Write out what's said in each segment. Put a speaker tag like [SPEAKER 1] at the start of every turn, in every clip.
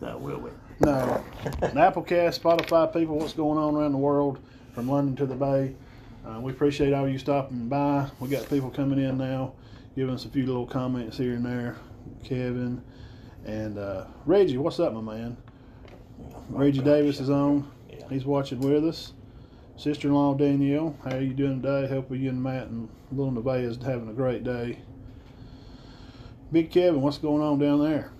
[SPEAKER 1] that, will we?
[SPEAKER 2] No. An Applecast, Spotify people, what's going on around the world from London to the Bay. Uh, we appreciate all you stopping by. We got people coming in now, giving us a few little comments here and there. Kevin and uh, Reggie, what's up, my man? Reggie Davis is on.
[SPEAKER 1] Yeah.
[SPEAKER 2] He's watching with us. Sister-in-law Danielle, how are you doing today? Hope you and Matt and little Nevaeh is having a great day. Big Kevin, what's going on down there?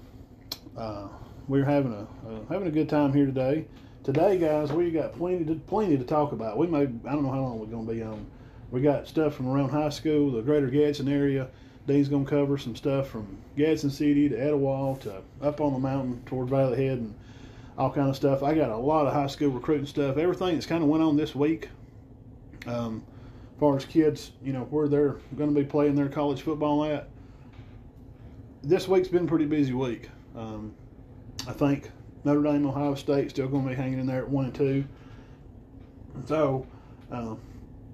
[SPEAKER 2] Uh, we're having a uh, having a good time here today. Today, guys, we got plenty to, plenty to talk about. We may I don't know how long we're going to be on. We got stuff from around high school, the greater Gadsden area. Dean's going to cover some stuff from Gadsden City to Etowah to up on the mountain toward Valley Head and all kind of stuff. I got a lot of high school recruiting stuff. Everything that's kind of went on this week, um, as far as kids, you know, where they're going to be playing their college football at. This week's been a pretty busy week. Um, I think Notre Dame, Ohio State, still going to be hanging in there at one and two. So, um,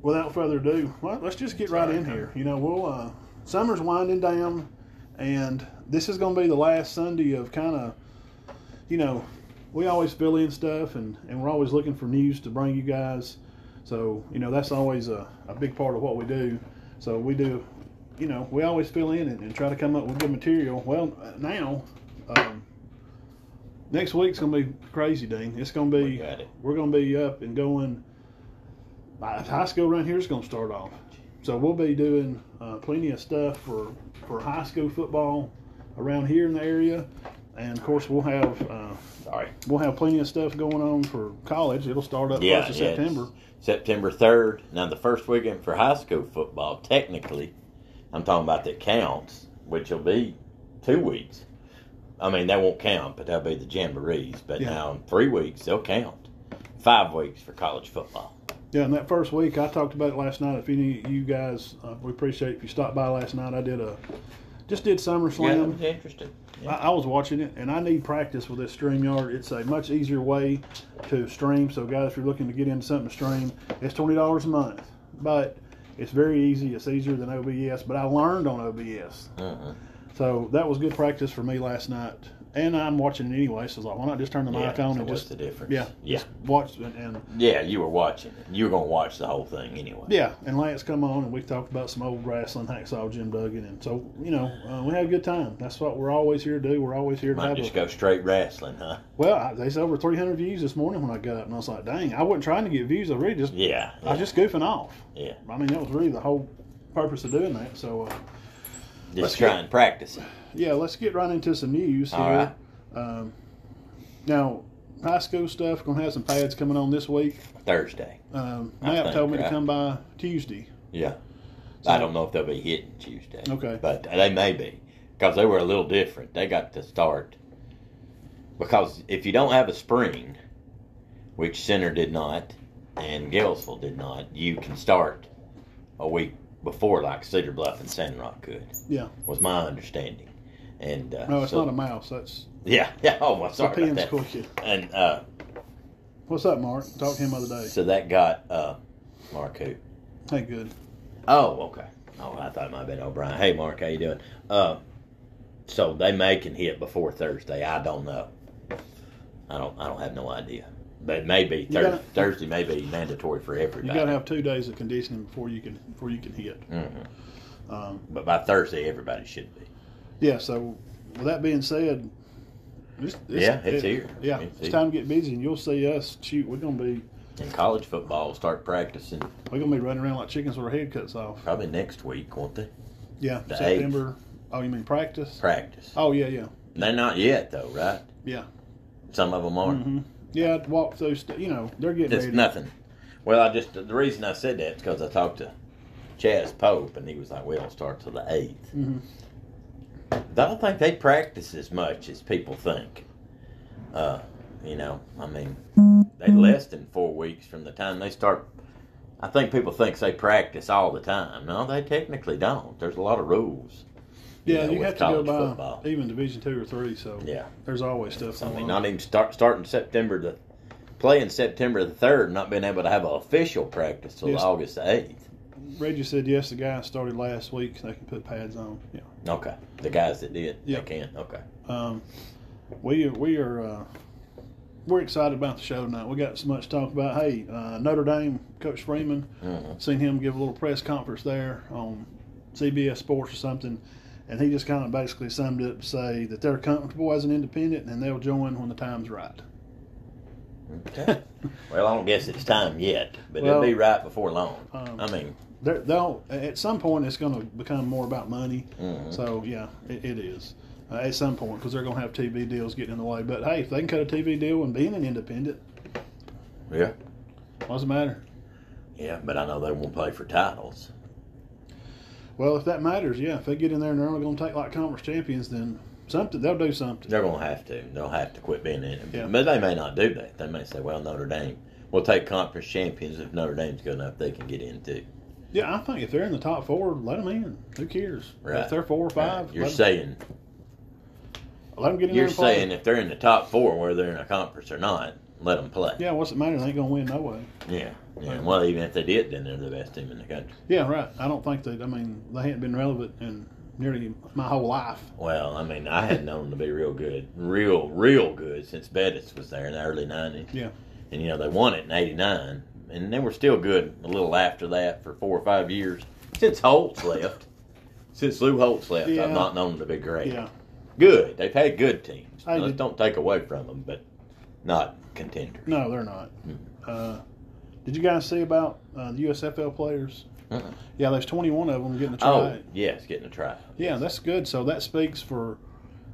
[SPEAKER 2] without further ado, well, let's just get right in here. You know, we'll uh, summer's winding down, and this is going to be the last Sunday of kind of, you know, we always fill in stuff, and and we're always looking for news to bring you guys. So you know, that's always a, a big part of what we do. So we do, you know, we always fill in and, and try to come up with good material. Well, uh, now. Um, Next week's gonna be crazy, Dean. It's gonna
[SPEAKER 1] We
[SPEAKER 2] be
[SPEAKER 1] got it.
[SPEAKER 2] we're gonna be up and going. Uh, High school around here is gonna start off, so we'll be doing uh, plenty of stuff for for high school football around here in the area, and of course we'll have uh,
[SPEAKER 1] Sorry.
[SPEAKER 2] we'll have plenty of stuff going on for college. It'll start up
[SPEAKER 1] Yeah,
[SPEAKER 2] first of
[SPEAKER 1] yeah, it's
[SPEAKER 2] September.
[SPEAKER 1] September 3rd. Now, the first weekend for high school football, technically, I'm talking about that counts, which will be two weeks. I mean, that won't count, but that'll be the jamborees. But
[SPEAKER 2] Yeah.
[SPEAKER 1] now in three weeks, they'll count. Five weeks for college football.
[SPEAKER 2] Yeah, and that first week I talked about it last night. If any of you guys, uh, we appreciate if you stopped by last night. I did a just did
[SPEAKER 1] Yeah, that
[SPEAKER 2] SummerSlam.
[SPEAKER 1] was interesting.
[SPEAKER 2] I, I was watching it, and I need practice with this StreamYard. It's a much easier way to stream. So, guys, if you're looking to get into something to stream, it's twenty dollars a month, but it's very easy. It's easier than OBS. But I learned on OBS,
[SPEAKER 1] Uh-huh.
[SPEAKER 2] so that was good practice for me last night. And I'm watching it anyway, so I was like, why not just turn the
[SPEAKER 1] Yeah,
[SPEAKER 2] mic on
[SPEAKER 1] so
[SPEAKER 2] and
[SPEAKER 1] what's
[SPEAKER 2] just
[SPEAKER 1] the difference?
[SPEAKER 2] yeah,
[SPEAKER 1] Yeah.
[SPEAKER 2] just watch and, and
[SPEAKER 1] Yeah, you were watching it. You were going to watch the whole thing anyway.
[SPEAKER 2] yeah. And Lance come on, and we talked about some old wrestling, hacksaw Jim Duggan, and so you know uh, we had a good time. That's what we're always here to do. We're always here to
[SPEAKER 1] Might
[SPEAKER 2] have a,
[SPEAKER 1] just go straight wrestling, huh?
[SPEAKER 2] Well, I, they said over 300 views this morning when I got up, and I was like, dang, I wasn't trying to get views. I really just,
[SPEAKER 1] Yeah.
[SPEAKER 2] I was just goofing off.
[SPEAKER 1] Yeah.
[SPEAKER 2] I mean, that was really the whole purpose of doing that. So, uh,
[SPEAKER 1] Just try and practice it.
[SPEAKER 2] yeah, let's get right into some news here.
[SPEAKER 1] All right.
[SPEAKER 2] Um, now, high school stuff, going to have some pads coming on this week.
[SPEAKER 1] Thursday.
[SPEAKER 2] Um,
[SPEAKER 1] I
[SPEAKER 2] Matt
[SPEAKER 1] think,
[SPEAKER 2] told me to
[SPEAKER 1] right.
[SPEAKER 2] come by Tuesday.
[SPEAKER 1] Yeah.
[SPEAKER 2] So-
[SPEAKER 1] I don't know if they'll be hitting Tuesday.
[SPEAKER 2] Okay.
[SPEAKER 1] But they may be because they were a little different. They got to start because if you don't have a spring, which Center did not and Galesville did not, you can start a week before like Cedar Bluff and Sand Rock could.
[SPEAKER 2] Yeah.
[SPEAKER 1] Was my understanding. And uh,
[SPEAKER 2] No, it's
[SPEAKER 1] so-
[SPEAKER 2] not a mouse. That's
[SPEAKER 1] yeah yeah oh well,
[SPEAKER 2] it's a
[SPEAKER 1] sorry about
[SPEAKER 2] pen's
[SPEAKER 1] that.
[SPEAKER 2] cookie.
[SPEAKER 1] and uh,
[SPEAKER 2] What's up, Mark? Talked to him the other day.
[SPEAKER 1] so that got uh, Mark who
[SPEAKER 2] Hey, good.
[SPEAKER 1] Oh, okay. Oh, I thought it might have been O'Brien. Hey, Mark, how you doing? Uh, so they may can hit before Thursday. I don't know. I don't. I don't have no idea. But maybe
[SPEAKER 2] You
[SPEAKER 1] thur-
[SPEAKER 2] gotta-
[SPEAKER 1] Thursday may be mandatory for
[SPEAKER 2] You
[SPEAKER 1] everybody.
[SPEAKER 2] got to have two days of conditioning before you can before you can hit.
[SPEAKER 1] Mhm.
[SPEAKER 2] Um,
[SPEAKER 1] But by Thursday, everybody should be.
[SPEAKER 2] Yeah. So, with that being said, it's,
[SPEAKER 1] Yeah, it's here.
[SPEAKER 2] Yeah,
[SPEAKER 1] It's
[SPEAKER 2] it's,
[SPEAKER 1] here.
[SPEAKER 2] time to get busy, and you'll see us. Shoot, we're gonna be
[SPEAKER 1] And college football will start practicing
[SPEAKER 2] we're gonna be running around like chickens with our head cuts off.
[SPEAKER 1] probably next week, won't they?
[SPEAKER 2] Yeah,
[SPEAKER 1] The
[SPEAKER 2] September. Oh, you mean practice?
[SPEAKER 1] Practice.
[SPEAKER 2] Oh yeah, yeah,
[SPEAKER 1] They're not yet though, right?
[SPEAKER 2] yeah.
[SPEAKER 1] Some of them aren't.
[SPEAKER 2] hmm Yeah, I'd walk through. St- you know, they're getting
[SPEAKER 1] It's
[SPEAKER 2] ready.
[SPEAKER 1] nothing. Well, I just the reason I said that is because I talked to Chaz Pope and he was like, "We don't start till the 8th.
[SPEAKER 2] Mhm.
[SPEAKER 1] I don't think they practice as much as people think. Uh, you know, I mean, they less than four weeks from the time they start. I think people think they practice all the time. No, they technically don't. There's a lot of rules.
[SPEAKER 2] Yeah,
[SPEAKER 1] know,
[SPEAKER 2] you
[SPEAKER 1] with
[SPEAKER 2] have to go
[SPEAKER 1] college
[SPEAKER 2] by
[SPEAKER 1] football.
[SPEAKER 2] even Division two or three. So
[SPEAKER 1] Yeah,
[SPEAKER 2] there's always stuff.
[SPEAKER 1] I
[SPEAKER 2] going
[SPEAKER 1] mean,
[SPEAKER 2] on.
[SPEAKER 1] not even start starting September the playing September the third, not being able to have an official practice till
[SPEAKER 2] Yes.
[SPEAKER 1] August the eighth.
[SPEAKER 2] Reggie said yes. The guy started last week. They can put pads on. Yeah.
[SPEAKER 1] Okay. The guys that did,
[SPEAKER 2] Yeah.
[SPEAKER 1] they can. Okay.
[SPEAKER 2] Um, we are, we are uh, we're excited about the show tonight. We got so much to talk about. Hey, uh, Notre Dame coach Freeman,
[SPEAKER 1] Mhm.
[SPEAKER 2] seen him give a little press conference there on CBS Sports or something, and he just kind of basically summed it up to say that they're comfortable as an independent and they'll join when the time's right.
[SPEAKER 1] Okay. well, I don't guess it's time yet, but
[SPEAKER 2] Well,
[SPEAKER 1] it'll be right before long.
[SPEAKER 2] um,
[SPEAKER 1] I mean,
[SPEAKER 2] They're, they'll at some point it's going to become more about money.
[SPEAKER 1] mhm.
[SPEAKER 2] So yeah, it, it is uh, at some point because they're going to have TV deals getting in the way. But hey, if they can cut a TV deal and being an independent,
[SPEAKER 1] yeah,
[SPEAKER 2] what's the matter?
[SPEAKER 1] yeah, but I know they won't play for titles.
[SPEAKER 2] Well, if that matters, yeah. If they get in there and they're only going to take like conference champions, then something they'll do something.
[SPEAKER 1] They're gonna have to. They'll have to quit being in it.
[SPEAKER 2] Yeah.
[SPEAKER 1] But they may not do that. They may say, "Well, Notre Dame, we'll take conference champions if Notre Dame's good enough. They can get in too."
[SPEAKER 2] Yeah, I think if they're in the top four, let them in. Who cares?
[SPEAKER 1] Right.
[SPEAKER 2] If they're four or five,
[SPEAKER 1] You're
[SPEAKER 2] let,
[SPEAKER 1] saying
[SPEAKER 2] them, let them get in
[SPEAKER 1] you're
[SPEAKER 2] there. and play.
[SPEAKER 1] saying if they're in the top four, whether they're in a conference or not, let them play.
[SPEAKER 2] Yeah, what's the matter? They ain't going to win no way.
[SPEAKER 1] Yeah. yeah. Well, even if they did, then they're the best team in the country.
[SPEAKER 2] Yeah, right. I don't think that. I mean, they hadn't been relevant in nearly my whole life.
[SPEAKER 1] Well, I mean, I had known them to be real good, real, real good since Bettis was there in the early '90s.
[SPEAKER 2] Yeah.
[SPEAKER 1] And you know they won it in '89, and they were still good a little after that for four or five years since Holtz left. Since Lou Holtz left,
[SPEAKER 2] Yeah.
[SPEAKER 1] I've not known them to be great.
[SPEAKER 2] Yeah.
[SPEAKER 1] Good. They've had good teams.
[SPEAKER 2] I
[SPEAKER 1] Let's
[SPEAKER 2] did-
[SPEAKER 1] don't take away from them, but not contenders.
[SPEAKER 2] No, they're not.
[SPEAKER 1] Hmm.
[SPEAKER 2] Uh, did you guys see about uh, the USFL players?
[SPEAKER 1] Uh-uh.
[SPEAKER 2] Yeah, there's 21 of them getting a try.
[SPEAKER 1] Oh, yes, getting a try.
[SPEAKER 2] Yeah, that's good. So that speaks for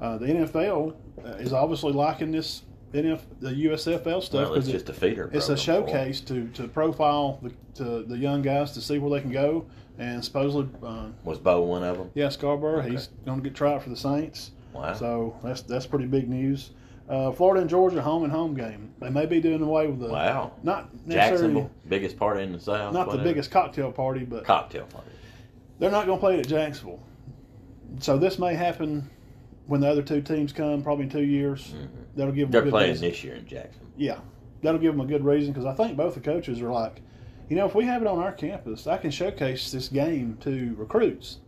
[SPEAKER 2] uh, the NFL uh, is obviously liking this NF the USFL stuff
[SPEAKER 1] Well, it's
[SPEAKER 2] because
[SPEAKER 1] just a feeder.
[SPEAKER 2] it's
[SPEAKER 1] program for
[SPEAKER 2] a
[SPEAKER 1] 'em.
[SPEAKER 2] showcase to, to profile the to the young guys to see where they can go. And supposedly, uh,
[SPEAKER 1] Was Bo one of them?
[SPEAKER 2] yeah, Scarborough
[SPEAKER 1] Okay. Uh-huh.
[SPEAKER 2] he's going to get tried for the Saints.
[SPEAKER 1] Wow.
[SPEAKER 2] So uh, that's that's pretty big news. Uh, Florida and Georgia home and home game. They may be doing away with the
[SPEAKER 1] wow.
[SPEAKER 2] not necessarily
[SPEAKER 1] Jacksonville, biggest party in the South.
[SPEAKER 2] not the
[SPEAKER 1] whatever.
[SPEAKER 2] biggest cocktail party, but
[SPEAKER 1] cocktail party.
[SPEAKER 2] They're not going to play it at Jacksonville. So this may happen when the other two teams come, probably in two years.
[SPEAKER 1] Mhm.
[SPEAKER 2] That'll give
[SPEAKER 1] They're
[SPEAKER 2] them a Mm-hmm. good
[SPEAKER 1] playing
[SPEAKER 2] reason.
[SPEAKER 1] this year in Jacksonville.
[SPEAKER 2] Yeah, that'll give them a good reason because I think both the coaches are like, you know, if we have it on our campus, I can showcase this game to recruits.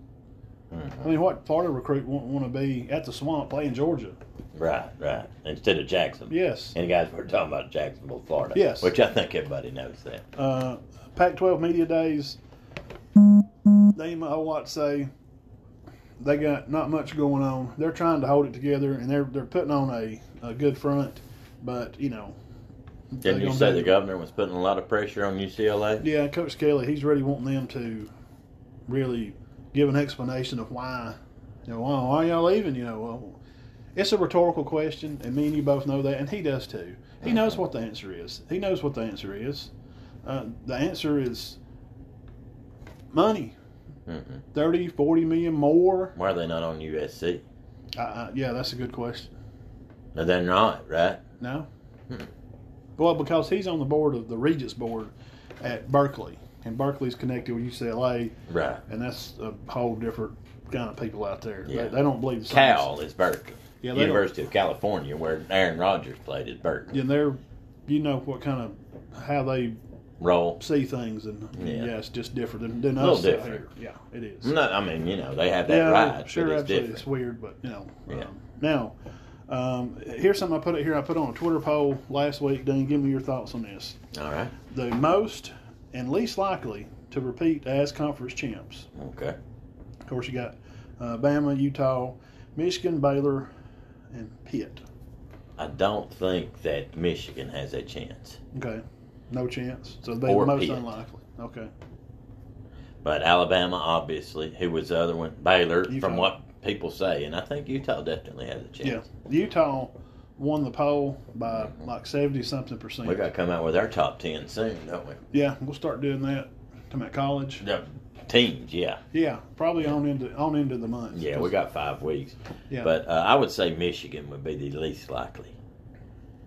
[SPEAKER 1] Mm-hmm.
[SPEAKER 2] I mean, what Florida recruit won't want to be at the swamp playing Georgia?
[SPEAKER 1] Right, right. Instead of Jacksonville.
[SPEAKER 2] Yes.
[SPEAKER 1] And guys, we're talking about Jacksonville, Florida.
[SPEAKER 2] Yes.
[SPEAKER 1] Which I think everybody knows that.
[SPEAKER 2] Uh, Pac-12 media days. They ain't a whole lot to say. They got not much going on. They're trying to hold it together, and they're they're putting on a, a good front. But you know,
[SPEAKER 1] Didn't
[SPEAKER 2] they
[SPEAKER 1] you
[SPEAKER 2] gonna
[SPEAKER 1] say
[SPEAKER 2] do-
[SPEAKER 1] the governor was putting a lot of pressure on UCLA?
[SPEAKER 2] Yeah, Coach Kelly, he's really wanting them to really give an explanation of why. You know, why, why y'all leaving? You know, well, it's a rhetorical question, and me and you both know that, and he does too. He knows what the answer is. He knows what the answer is. Uh, the answer is money.
[SPEAKER 1] Mm-hmm.
[SPEAKER 2] 30, 40 million more.
[SPEAKER 1] Why are they not on USC?
[SPEAKER 2] I, I, Uh, yeah, that's a good question.
[SPEAKER 1] No, they're not, right?
[SPEAKER 2] No?
[SPEAKER 1] Hmm.
[SPEAKER 2] Well, because he's on the board of the Regis board at Berkeley, and Berkeley's connected with UCLA.
[SPEAKER 1] Right.
[SPEAKER 2] and that's a whole different kind of people out there.
[SPEAKER 1] Yeah.
[SPEAKER 2] They, they don't believe the science.
[SPEAKER 1] Cal is Berkeley.
[SPEAKER 2] Yeah, they don't-
[SPEAKER 1] University of California, where Aaron Rodgers played, is Berkeley.
[SPEAKER 2] and they're you know what kind of how they
[SPEAKER 1] Roll.
[SPEAKER 2] see things, and yeah,
[SPEAKER 1] Yeah.
[SPEAKER 2] it's just different than, than
[SPEAKER 1] A little
[SPEAKER 2] us out
[SPEAKER 1] different.
[SPEAKER 2] here. Yeah, it is.
[SPEAKER 1] No, I mean, you know, they have that
[SPEAKER 2] yeah,
[SPEAKER 1] right.
[SPEAKER 2] sure,
[SPEAKER 1] but it's
[SPEAKER 2] absolutely.
[SPEAKER 1] different.
[SPEAKER 2] It's weird, but you know.
[SPEAKER 1] Yeah.
[SPEAKER 2] Um, now, um, here's something I put it here. I put on a Twitter poll last week. Dean, give me your thoughts on this.
[SPEAKER 1] All right.
[SPEAKER 2] The most and least likely to repeat as conference champs.
[SPEAKER 1] Okay.
[SPEAKER 2] Of course, you got uh, Bama, Utah, Michigan, Baylor, and Pitt.
[SPEAKER 1] I don't think that Michigan has a chance,
[SPEAKER 2] Okay. No chance. So they're
[SPEAKER 1] Or
[SPEAKER 2] most
[SPEAKER 1] Pitt.
[SPEAKER 2] unlikely. Okay.
[SPEAKER 1] but Alabama, obviously, who was the other one? Baylor,
[SPEAKER 2] Utah.
[SPEAKER 1] from what people say, and I think Utah definitely has a
[SPEAKER 2] Yeah.
[SPEAKER 1] chance.
[SPEAKER 2] Utah won the poll by like 70 something percent.
[SPEAKER 1] We got to come out with our top ten soon, don't we?
[SPEAKER 2] Yeah, we'll start doing that to my college.
[SPEAKER 1] The teams, yeah,
[SPEAKER 2] Yeah, probably on into on into the month.
[SPEAKER 1] yeah. We got five weeks,
[SPEAKER 2] Yeah.
[SPEAKER 1] but uh, I would say Michigan would be the least likely,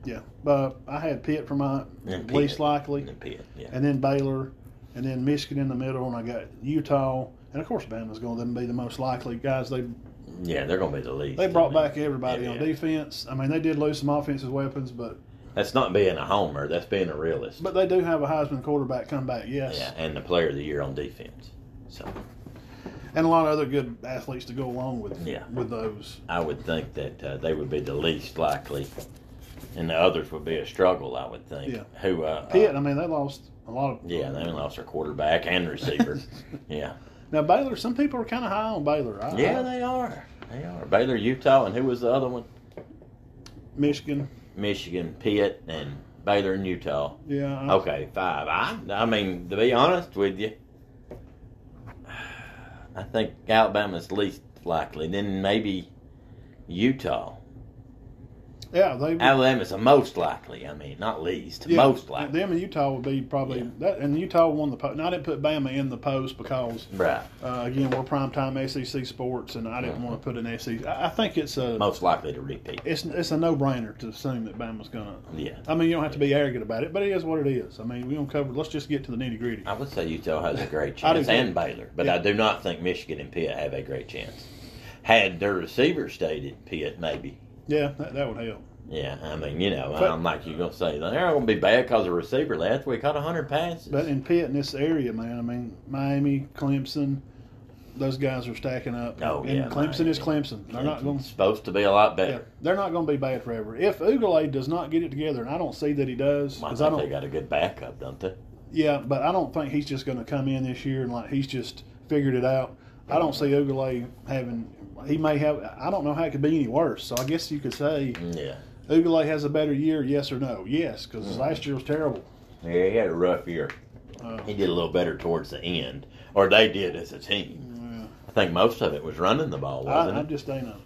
[SPEAKER 2] yeah. But I had Pitt for my
[SPEAKER 1] And
[SPEAKER 2] least
[SPEAKER 1] Pitt.
[SPEAKER 2] likely,
[SPEAKER 1] and then Pitt, yeah,
[SPEAKER 2] and then Baylor, and then Michigan in the middle, and I got Utah, and of course Bama's going to be the most likely guys. They
[SPEAKER 1] yeah. They're going to be the least.
[SPEAKER 2] they brought
[SPEAKER 1] I mean,
[SPEAKER 2] back everybody on
[SPEAKER 1] Yeah.
[SPEAKER 2] defense. I mean, they did lose some offensive weapons, but
[SPEAKER 1] That's not being a homer. That's being a realist.
[SPEAKER 2] but they do have a Heisman quarterback come back. Yes.
[SPEAKER 1] yeah, and the player of the year on defense. So
[SPEAKER 2] and a lot of other good athletes to go along with
[SPEAKER 1] Yeah.
[SPEAKER 2] with those.
[SPEAKER 1] I would think that uh, they would be the least likely, and the others would be a struggle. I would think.
[SPEAKER 2] Yeah.
[SPEAKER 1] Who? Uh,
[SPEAKER 2] Pitt,
[SPEAKER 1] uh,
[SPEAKER 2] I mean, they lost a lot of.
[SPEAKER 1] yeah, they lost their quarterback and receiver. yeah.
[SPEAKER 2] Now Baylor, some people are kind of high on Baylor. I,
[SPEAKER 1] Yeah,
[SPEAKER 2] I-
[SPEAKER 1] they are. They are. Baylor, Utah, and who was the other one?
[SPEAKER 2] Michigan.
[SPEAKER 1] Michigan, Pitt, and Baylor and Utah.
[SPEAKER 2] Yeah. I-
[SPEAKER 1] Okay, five. I, I mean, to be honest with you, I think Alabama's least likely. Then maybe Utah.
[SPEAKER 2] Yeah, they.
[SPEAKER 1] Alabama's the most likely. I mean, not least,
[SPEAKER 2] yeah,
[SPEAKER 1] most likely.
[SPEAKER 2] Them and Utah would be probably
[SPEAKER 1] Yeah.
[SPEAKER 2] that, and Utah won the post. Now I didn't put Bama in the post because
[SPEAKER 1] Right.
[SPEAKER 2] uh, again we're primetime SEC sports, and I didn't want to put an SEC. I, I think it's a
[SPEAKER 1] Most likely to repeat.
[SPEAKER 2] it's it's a no brainer to assume that Bama's gonna.
[SPEAKER 1] Yeah.
[SPEAKER 2] I mean, you don't have to be arrogant about it, but it is what it is. I mean, we don't cover. Let's just get to the nitty gritty.
[SPEAKER 1] I would say Utah has a great
[SPEAKER 2] I do
[SPEAKER 1] chance,
[SPEAKER 2] too.
[SPEAKER 1] and Baylor, but I do not think Michigan and Pitt have a great chance. Had their receiver stayed at Pitt, maybe.
[SPEAKER 2] Yeah, that, that would help.
[SPEAKER 1] Yeah, I mean, you know,
[SPEAKER 2] But-
[SPEAKER 1] I'm like you're gonna say they're gonna be bad because the receiver left. We caught hundred passes.
[SPEAKER 2] But in Pitt in this area, man, I mean, Miami, Clemson, those guys are stacking up.
[SPEAKER 1] Oh,
[SPEAKER 2] and
[SPEAKER 1] yeah,
[SPEAKER 2] Clemson is Clemson. They're not going.
[SPEAKER 1] It's supposed to be a lot
[SPEAKER 2] Yeah,
[SPEAKER 1] better.
[SPEAKER 2] they're not going to be bad forever. If Ugalde does not get it together, and I don't see that he does,
[SPEAKER 1] I
[SPEAKER 2] 'cause I
[SPEAKER 1] think they
[SPEAKER 2] don't.
[SPEAKER 1] got a good backup, don't they?
[SPEAKER 2] Yeah, but I don't think he's just going to come in this year and like he's just figured it out. I don't see Ugalde having. He may have. I don't know how it could be any worse. So I guess you could say
[SPEAKER 1] Yeah,
[SPEAKER 2] Ugalde has a better year, yes or no? Yes, because
[SPEAKER 1] Mm-hmm.
[SPEAKER 2] last year was terrible.
[SPEAKER 1] yeah, he had a rough year.
[SPEAKER 2] Uh,
[SPEAKER 1] He did a little better towards the end, or they did as a team.
[SPEAKER 2] yeah.
[SPEAKER 1] I think most of it was running the ball,
[SPEAKER 2] I,
[SPEAKER 1] wasn't
[SPEAKER 2] I
[SPEAKER 1] it?
[SPEAKER 2] just ain't a.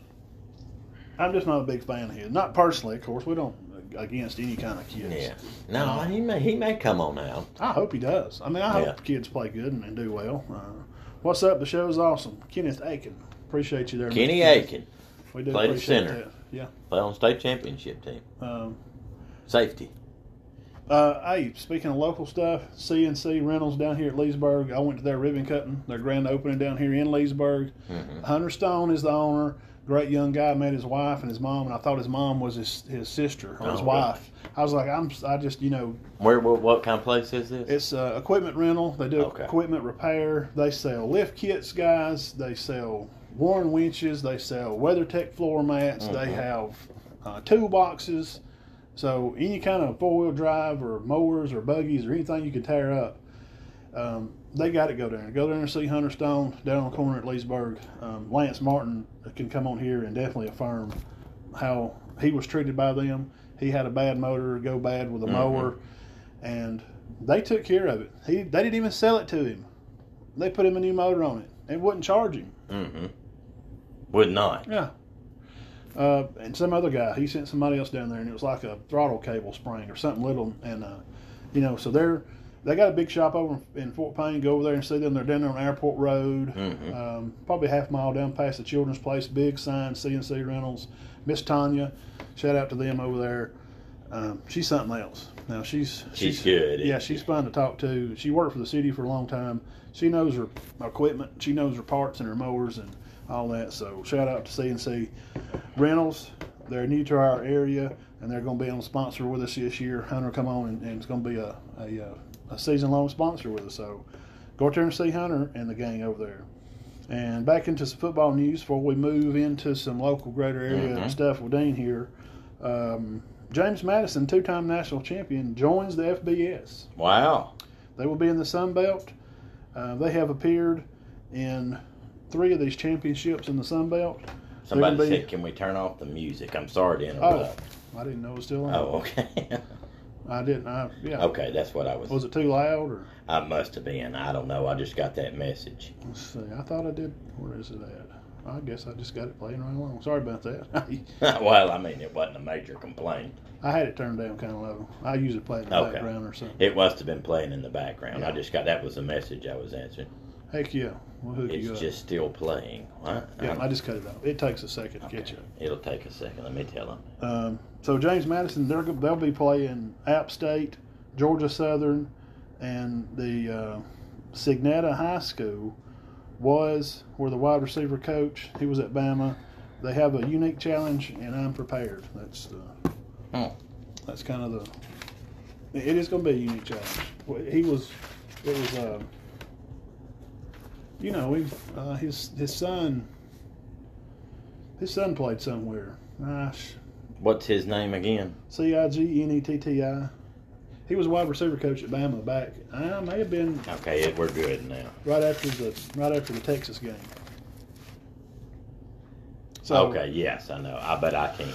[SPEAKER 2] I'm just not a big fan of his. Not personally, of course. We don't against any kind of kids.
[SPEAKER 1] Yeah. No, he may he may come on out.
[SPEAKER 2] I hope he does. I mean, I
[SPEAKER 1] Yeah.
[SPEAKER 2] hope kids play good and, and do well. Uh, what's up? The show's awesome. Kenneth Aiken, appreciate you there. Mr.
[SPEAKER 1] Kenny
[SPEAKER 2] Kenneth.
[SPEAKER 1] Aiken,
[SPEAKER 2] we do
[SPEAKER 1] played at
[SPEAKER 2] appreciate
[SPEAKER 1] center.
[SPEAKER 2] that. Yeah.
[SPEAKER 1] play on state championship team,
[SPEAKER 2] Um,
[SPEAKER 1] safety.
[SPEAKER 2] uh, hey, speaking of local stuff, CNC Rentals down here at Leesburg. I went to their ribbon cutting, their grand opening down here in Leesburg.
[SPEAKER 1] Mhm.
[SPEAKER 2] Hunter Stone is the owner. Great young guy. Met his wife and his mom, and I thought his mom was his his sister or
[SPEAKER 1] Oh,
[SPEAKER 2] his
[SPEAKER 1] really?
[SPEAKER 2] wife. I was like, I'm. I just you know,
[SPEAKER 1] Where what, what kind of place is this?
[SPEAKER 2] it's uh, equipment rental. They do
[SPEAKER 1] Okay.
[SPEAKER 2] equipment repair. They sell lift kits, guys. They sell worn winches. They sell WeatherTech floor mats. They
[SPEAKER 1] Mhm.
[SPEAKER 2] have uh, toolboxes. So any kind of four wheel drive or mowers or buggies or anything you could tear up, um, they got to go down. Go down and see Hunter Stone down on the corner at Leesburg. Um, Lance Martin can come on here and definitely affirm how he was treated by them. He had a bad motor go bad with a
[SPEAKER 1] Mhm.
[SPEAKER 2] mower, and they took care of it. He they didn't even sell it to him. They put him a new motor on it and wouldn't charge him.
[SPEAKER 1] Mm-hmm. Would not.
[SPEAKER 2] Yeah. Uh, and some other guy, he sent somebody else down there, and it was like a throttle cable spring or something little. And uh, you know, so they're they got a big shop over in Fort Payne. Go over there and see them. They're down there on Airport Road,
[SPEAKER 1] Mhm.
[SPEAKER 2] um, probably half mile down past the Children's Place. Big sign, CNC Rentals. Miss Tanya, shout out to them over there. Um, she's something else. Now she's
[SPEAKER 1] She's good,
[SPEAKER 2] Yeah,
[SPEAKER 1] isn't
[SPEAKER 2] she's fun to talk to. She worked for the city for a long time. She knows her equipment. She knows her parts and her mowers and all that. So shout out to CNC Rentals. They're new to our area and they're going to be on sponsor with us this year. Hunter come on and, and it's going to be a a, uh, a season long sponsor with us. So go out there and see Hunter and the gang over there. And back into some football news before we move into some local greater area
[SPEAKER 1] Mhm.
[SPEAKER 2] stuff with Dean here. Um, James Madison, two time national champion, joins the FBS.
[SPEAKER 1] Wow.
[SPEAKER 2] They will be in the Sun Belt. Uh, they have appeared in three of these championships in the Sun Belt.
[SPEAKER 1] Somebody
[SPEAKER 2] They're gonna be-
[SPEAKER 1] said, "Can we turn off the music?" I'm sorry to
[SPEAKER 2] Oh,
[SPEAKER 1] interrupt.
[SPEAKER 2] I didn't know it was still
[SPEAKER 1] Oh,
[SPEAKER 2] on.
[SPEAKER 1] okay.
[SPEAKER 2] I didn't. I, yeah.
[SPEAKER 1] okay, that's what I was.
[SPEAKER 2] Was it too loud or?
[SPEAKER 1] I must have been. I don't know. I just got that message.
[SPEAKER 2] Let's see. I thought I did. Where is it at? I guess I just got it playing right along. Sorry about that.
[SPEAKER 1] well, I mean, it wasn't a major complaint.
[SPEAKER 2] I had it turned down kind of low. I usually play it in the
[SPEAKER 1] Okay.
[SPEAKER 2] background or something.
[SPEAKER 1] It must have been playing in the background. I
[SPEAKER 2] Yeah.
[SPEAKER 1] just got that was the message I was answering.
[SPEAKER 2] Heck yeah, we'll hook you
[SPEAKER 1] It's
[SPEAKER 2] up.
[SPEAKER 1] just still playing. What?
[SPEAKER 2] yeah,
[SPEAKER 1] I'm-
[SPEAKER 2] I just cut it out. It takes a second to
[SPEAKER 1] okay.
[SPEAKER 2] catch up.
[SPEAKER 1] It'll take a second. Let me tell them.
[SPEAKER 2] Um, so James Madison, they're, go- they'll be playing App State, Georgia Southern, and the uh, Signetta High School was where the wide receiver coach. He was at Bama. They have a unique challenge, and I'm prepared. That's the,
[SPEAKER 1] Hmm.
[SPEAKER 2] that's kind of the. It is going to be a unique challenge. Well, He was, it was. Uh, you know, we uh, his his son, his son played somewhere. Nice.
[SPEAKER 1] What's his name again?
[SPEAKER 2] C I G N E T T I. He was a wide receiver coach at Bama back. I may have been
[SPEAKER 1] Okay, Ed, we're good now.
[SPEAKER 2] right after the right after the Texas game.
[SPEAKER 1] okay, yes, I know. I bet I can.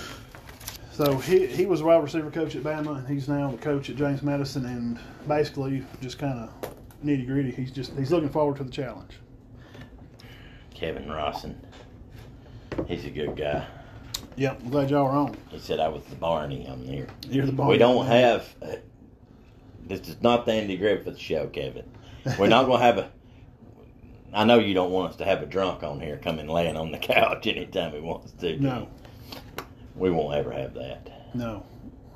[SPEAKER 2] So he, he was a wide receiver coach at Bama, and he's now the coach at James Madison. And basically, just kind of nitty gritty. He's just he's looking forward to the challenge.
[SPEAKER 1] Kevin Rawson. He's a good guy.
[SPEAKER 2] Yep, I'm glad y'all are on.
[SPEAKER 1] He said I was the Barney. I'm here.
[SPEAKER 2] You're the ball.
[SPEAKER 1] We don't have. uh, this is not the Andy Griffith show, Kevin. We're not going to have a. I know you don't want us to have a drunk on here coming laying on the couch anytime he wants to.
[SPEAKER 2] No,
[SPEAKER 1] We won't ever have that.
[SPEAKER 2] no.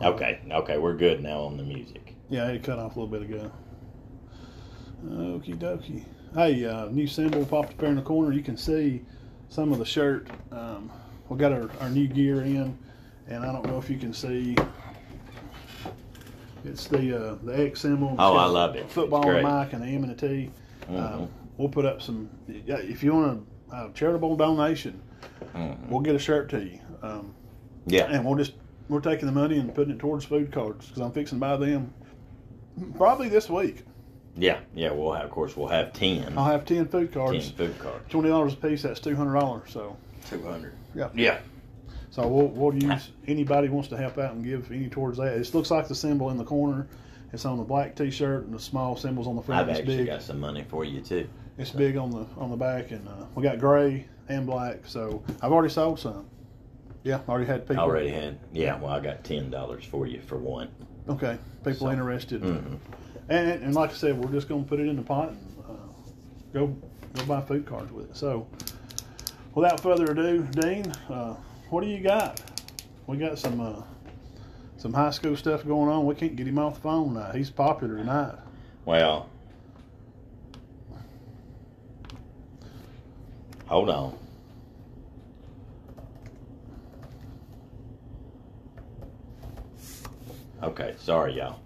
[SPEAKER 1] Okay, okay, we're good now on the music.
[SPEAKER 2] Yeah, it cut off a little bit ago. Okie dokie. Hey, uh, new symbol popped up there in the corner. You can see some of the shirt. Um, we got our, our new gear in, and I don't know if you can see. It's the uh, the X symbol. It's
[SPEAKER 1] Oh, I
[SPEAKER 2] got
[SPEAKER 1] love it.
[SPEAKER 2] Football
[SPEAKER 1] It's
[SPEAKER 2] and
[SPEAKER 1] great.
[SPEAKER 2] mic and the M and the T.
[SPEAKER 1] Mhm.
[SPEAKER 2] Um, we'll put up some. yeah, If you want a, a charitable donation,
[SPEAKER 1] Mhm.
[SPEAKER 2] we'll get a shirt to you. Um,
[SPEAKER 1] Yeah,
[SPEAKER 2] and we'll just we're taking the money and putting it towards food cards because I'm fixing to buy them probably this week.
[SPEAKER 1] yeah, yeah. We'll have, of course, we'll have ten,
[SPEAKER 2] I'll have ten food
[SPEAKER 1] ten
[SPEAKER 2] cards,
[SPEAKER 1] food cards,
[SPEAKER 2] twenty dollars a piece. That's two hundred dollars. So
[SPEAKER 1] two hundred.
[SPEAKER 2] Yeah.
[SPEAKER 1] yeah.
[SPEAKER 2] so we'll we'll use anybody wants to help out and give any towards that. It looks like the symbol in the corner. It's on the black T-shirt and the small symbols on the front.
[SPEAKER 1] I've
[SPEAKER 2] it's
[SPEAKER 1] actually
[SPEAKER 2] big.
[SPEAKER 1] got some money for you too.
[SPEAKER 2] It's big on the on the back, and uh, we got gray and black. So I've already sold some. Yeah, already had people.
[SPEAKER 1] Already had. Yeah, well, I got ten dollars for you for one.
[SPEAKER 2] Okay, people
[SPEAKER 1] So-
[SPEAKER 2] interested.
[SPEAKER 1] hmm
[SPEAKER 2] And, and like I said, we're just going to put it in the pot and uh, go go buy food cards with it. So, without further ado, Dean, uh, what do you got? We got some uh, some high school stuff going on. We can't get him off the phone now. He's popular tonight.
[SPEAKER 1] Well, hold on. Okay, sorry, y'all.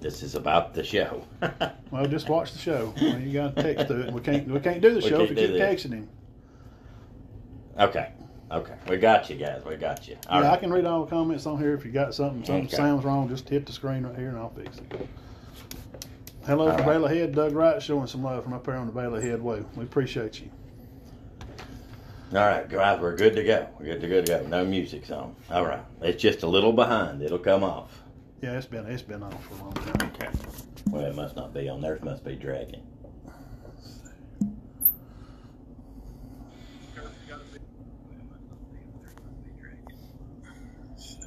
[SPEAKER 1] This is about the show.
[SPEAKER 2] Well, just watch the show. Well, you got to text to it. We can't we can't do the
[SPEAKER 1] We
[SPEAKER 2] show if
[SPEAKER 1] can't
[SPEAKER 2] you
[SPEAKER 1] do
[SPEAKER 2] keep
[SPEAKER 1] that.
[SPEAKER 2] texting him.
[SPEAKER 1] okay, okay, we got you guys. We got you. All
[SPEAKER 2] yeah, I
[SPEAKER 1] right.
[SPEAKER 2] can read all the comments on here. If you got something, something
[SPEAKER 1] Okay.
[SPEAKER 2] sounds wrong, just hit the screen right here and I'll fix it. Hello
[SPEAKER 1] All
[SPEAKER 2] from
[SPEAKER 1] right.
[SPEAKER 2] Baylor Head, Doug Wright, showing some love from up there on the Baylor Head way. We appreciate you.
[SPEAKER 1] All right, guys, we're good to go. We're good to good to go. No music's on. All right, it's just a little behind. It'll come off.
[SPEAKER 2] Yeah, it's been it's been on for a long time.
[SPEAKER 1] Okay. Well, it must not be on. Theirs must be dragging.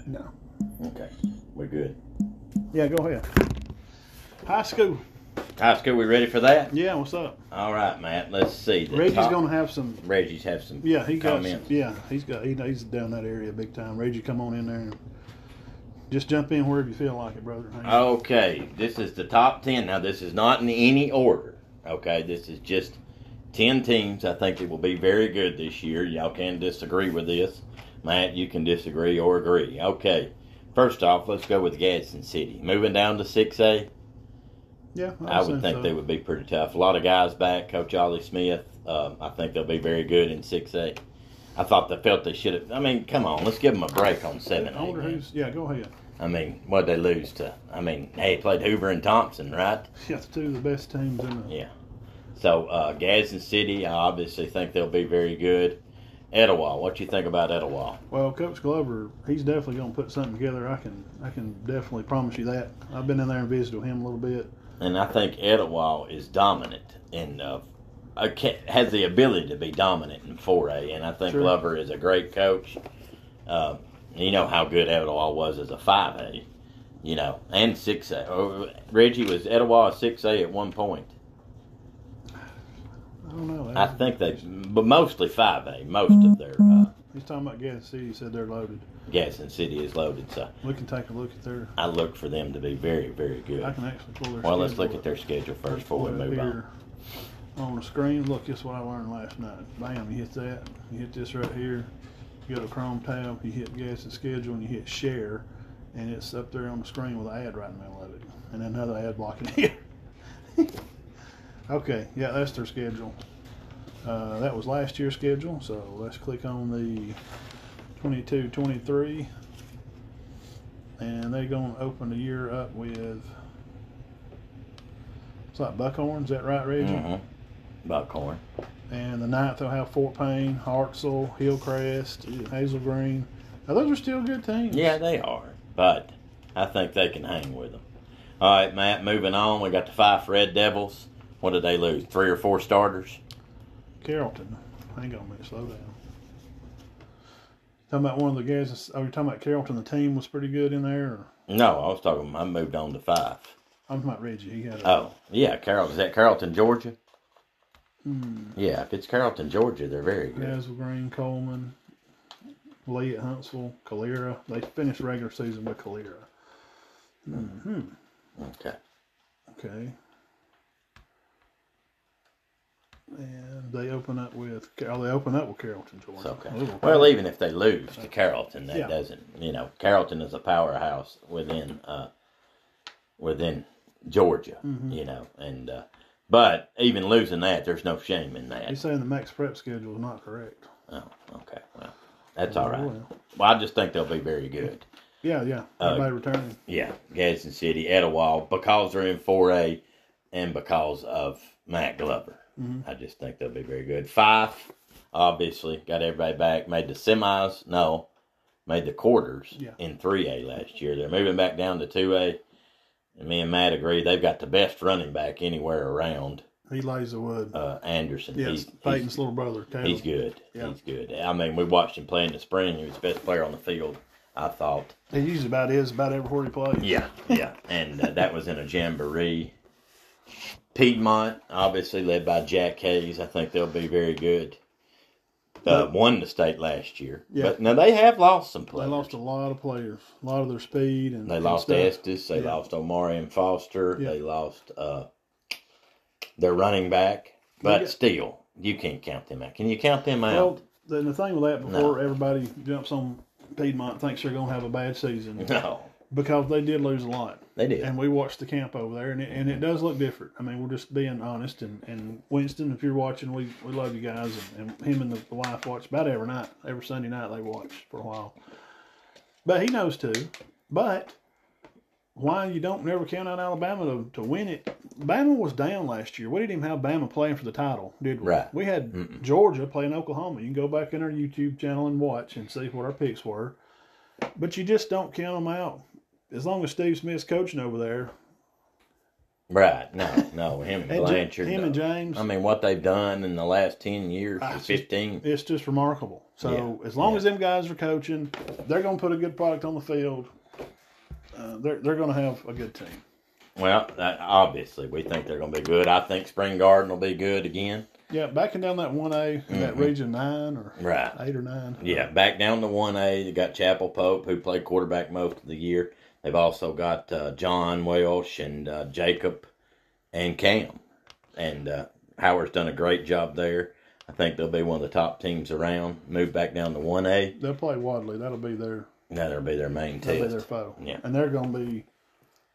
[SPEAKER 2] No.
[SPEAKER 1] Okay, we're good.
[SPEAKER 2] Yeah, go ahead. High school.
[SPEAKER 1] High school, we ready for that?
[SPEAKER 2] Yeah, what's up?
[SPEAKER 1] All right, Matt. Let's see. The
[SPEAKER 2] Reggie's
[SPEAKER 1] top-
[SPEAKER 2] gonna have some.
[SPEAKER 1] Reggie's have some.
[SPEAKER 2] Yeah, he got. Some,
[SPEAKER 1] comments.
[SPEAKER 2] yeah, he's got. He, he's down that area big time. Reggie, come on in there. and Just jump in wherever you feel like it, brother. Hang on.
[SPEAKER 1] Okay, this is the top ten. Now, this is not in any order. Okay, this is just ten teams. I think it will be very good this year. Y'all can disagree with this, Matt. You can disagree or agree. Okay. First off, let's go with Gadsden City. Moving down to 6A,
[SPEAKER 2] yeah,
[SPEAKER 1] I would
[SPEAKER 2] assume
[SPEAKER 1] think
[SPEAKER 2] so.
[SPEAKER 1] they would be pretty tough. A lot of guys back. Coach Ollie Smith, um, I think they'll be very good in 6A. I thought they felt they should have. I mean, come on, let's give them a break on 7A.
[SPEAKER 2] I wonder
[SPEAKER 1] man.
[SPEAKER 2] who's. Yeah, go ahead.
[SPEAKER 1] I mean, what'd they lose to? I mean, they played Hoover and Thompson, right?
[SPEAKER 2] Yeah, the two of the best teams in the.
[SPEAKER 1] Yeah. So, uh, Gadsden City, I obviously think they'll be very good. Etowah, what you think about Etowah?
[SPEAKER 2] Well, Coach Glover, he's definitely gonna put something together. I can. I can definitely promise you that. I've been in there and visited with him a little bit.
[SPEAKER 1] And I think Etowah is dominant and uh, uh, ca- has the ability to be dominant in 4A. And I think
[SPEAKER 2] Sure.
[SPEAKER 1] Glover is a great coach. Uh, you know how good Etowah was as a 5A, you know, and 6A. Oh, Reggie was Etowah a 6A at one point.
[SPEAKER 2] I don't know.
[SPEAKER 1] I think they, but mostly 5A, most of their uh,
[SPEAKER 2] He's talking about Gadsden City. He said they're loaded.
[SPEAKER 1] Gadsden City is loaded. So
[SPEAKER 2] We can take a look at their.
[SPEAKER 1] I look for them to be very, very
[SPEAKER 2] I
[SPEAKER 1] good.
[SPEAKER 2] can actually pull their.
[SPEAKER 1] Well, let's
[SPEAKER 2] schedule
[SPEAKER 1] look at their schedule first before we
[SPEAKER 2] Pull it
[SPEAKER 1] move on.
[SPEAKER 2] here On the screen, look, this is what I learned last night. Bam, you hit that. You hit this right here. You go to Chrome tab. You hit gas and schedule, and you hit share, and it's up there on the screen with an ad right in the middle of it, and another ad blocking here. Okay, yeah, that's their schedule. Uh, that was last year's schedule, so let's click on the 22 23. And they're going to open the year up with. It's like Buckhorn, is that right, Reggie?
[SPEAKER 1] Mhm. About corn.
[SPEAKER 2] And the ninth, they'll have Fort Payne, Hartsel, Hillcrest, Hazel Green. Now, those are still good teams.
[SPEAKER 1] Yeah, they are, but I think they can hang with them. All right, Matt. Moving on, we got the Fife Red Devils. What did they lose? Three or four starters?
[SPEAKER 2] Carrollton. Hang on a minute, slow down. Talking about one of the guys. that's- Oh, you're talking about Carrollton. The team was pretty good in there. Or,
[SPEAKER 1] No, I was talking. I moved on to Fife.
[SPEAKER 2] I'm talking about Reggie. He had a,
[SPEAKER 1] Oh, yeah, Carroll. Is that Carrollton, Georgia?
[SPEAKER 2] Hmm.
[SPEAKER 1] Yeah, if it's Carrollton, Georgia, they're very good.
[SPEAKER 2] Hazel Green, Coleman, Lee at Huntsville, Calera. They finished regular season with Calera.
[SPEAKER 1] Okay.
[SPEAKER 2] Okay. And they open up with oh, they open up with Carrollton, Georgia.
[SPEAKER 1] It's okay.
[SPEAKER 2] Little-
[SPEAKER 1] Well, even if they lose to Carrollton, that
[SPEAKER 2] Yeah.
[SPEAKER 1] doesn't, you know, Carrollton is a powerhouse within uh, within Georgia, you know, and uh, but even losing that, there's no shame in that.
[SPEAKER 2] he's saying the max prep schedule is not correct.
[SPEAKER 1] Oh, okay. Well,
[SPEAKER 2] Oh,
[SPEAKER 1] that's all right.
[SPEAKER 2] Well.
[SPEAKER 1] Well, I just think they'll be very good.
[SPEAKER 2] Yeah, yeah.
[SPEAKER 1] Oh.
[SPEAKER 2] Everybody returning.
[SPEAKER 1] Yeah, Gadsden City, Etowah, because they're in 4A and because of Matt Glover.
[SPEAKER 2] Mm-hmm.
[SPEAKER 1] I just think they'll be very good. Fife, obviously, got everybody back, made the semis, no, made the quarters
[SPEAKER 2] Yeah.
[SPEAKER 1] in 3A last year. They're moving back down to 2A. And me and Matt agree they've got the best running back anywhere around.
[SPEAKER 2] He lays the wood.
[SPEAKER 1] Uh, Anderson.
[SPEAKER 2] yes,
[SPEAKER 1] He's- he's-
[SPEAKER 2] Peyton's little brother. Caleb.
[SPEAKER 1] He's good.
[SPEAKER 2] Yeah.
[SPEAKER 1] He's good. I mean, we watched him play in the spring. He was the best player on the field, I thought.
[SPEAKER 2] He usually about is about everywhere he plays.
[SPEAKER 1] Yeah, yeah. and uh, that was in a jamboree. Piedmont, obviously led by Jack Hayes. I think they'll be very good. Uh, won the state last year.
[SPEAKER 2] Yeah.
[SPEAKER 1] But now they have lost some
[SPEAKER 2] They
[SPEAKER 1] players.
[SPEAKER 2] lost a lot of players, a lot of their speed, and
[SPEAKER 1] They
[SPEAKER 2] and
[SPEAKER 1] lost
[SPEAKER 2] stuff.
[SPEAKER 1] Estes. They
[SPEAKER 2] Yeah.
[SPEAKER 1] lost Omari and Foster.
[SPEAKER 2] Yeah.
[SPEAKER 1] They lost uh, their running back. But
[SPEAKER 2] got-
[SPEAKER 1] still, you can't count them out. Can you count them out?
[SPEAKER 2] Well, the, the thing with that, before everybody jumps on Piedmont, thinks they're going to have a bad season
[SPEAKER 1] no,
[SPEAKER 2] because they did lose a lot.
[SPEAKER 1] they did.
[SPEAKER 2] And we watched the camp over there, and it, and it does look different. I mean, we're just being honest. And, and Winston, if you're watching, we, we love you guys. And, and him and the wife watch about every night, every Sunday night they watch for a while. But he knows too. But why you don't never count out Alabama to, to win it? Bama was down last year. We didn't even have Bama playing for the title, did we?
[SPEAKER 1] Right.
[SPEAKER 2] We had Georgia playing Oklahoma. You can go back in our YouTube channel and watch and see what our picks were. But you just don't count them out. As long as Steve Smith's coaching over there,
[SPEAKER 1] Right. No, no. Him and,
[SPEAKER 2] and Ja-
[SPEAKER 1] Blanchard.
[SPEAKER 2] him
[SPEAKER 1] no.
[SPEAKER 2] and James,
[SPEAKER 1] I mean, what they've done in the last 10 years,
[SPEAKER 2] Ah,
[SPEAKER 1] or
[SPEAKER 2] it's just-
[SPEAKER 1] 15.
[SPEAKER 2] it's just remarkable. So
[SPEAKER 1] Yeah,
[SPEAKER 2] as long
[SPEAKER 1] yeah.
[SPEAKER 2] as them guys are coaching, they're going to put a good product on the field. Uh, they're they're going to have a good team.
[SPEAKER 1] Well, that, obviously, we think they're going to be good. I think Spring Garden will be good again.
[SPEAKER 2] Yeah, backing down that one A, that region nine or
[SPEAKER 1] Right.
[SPEAKER 2] eight or nine.
[SPEAKER 1] Mm-hmm. Yeah, back down to 1A. They got Chapel Pope, who played quarterback most of the year. They've also got uh, John Welsh and uh, Jacob and Cam. And uh, Howard's done a great job there. I think they'll be one of the top teams around. Move back down to 1A.
[SPEAKER 2] They'll play Wadley. That'll be their
[SPEAKER 1] That'll be their main
[SPEAKER 2] that'll be
[SPEAKER 1] test.
[SPEAKER 2] their foe.
[SPEAKER 1] Yeah.
[SPEAKER 2] and they're going to be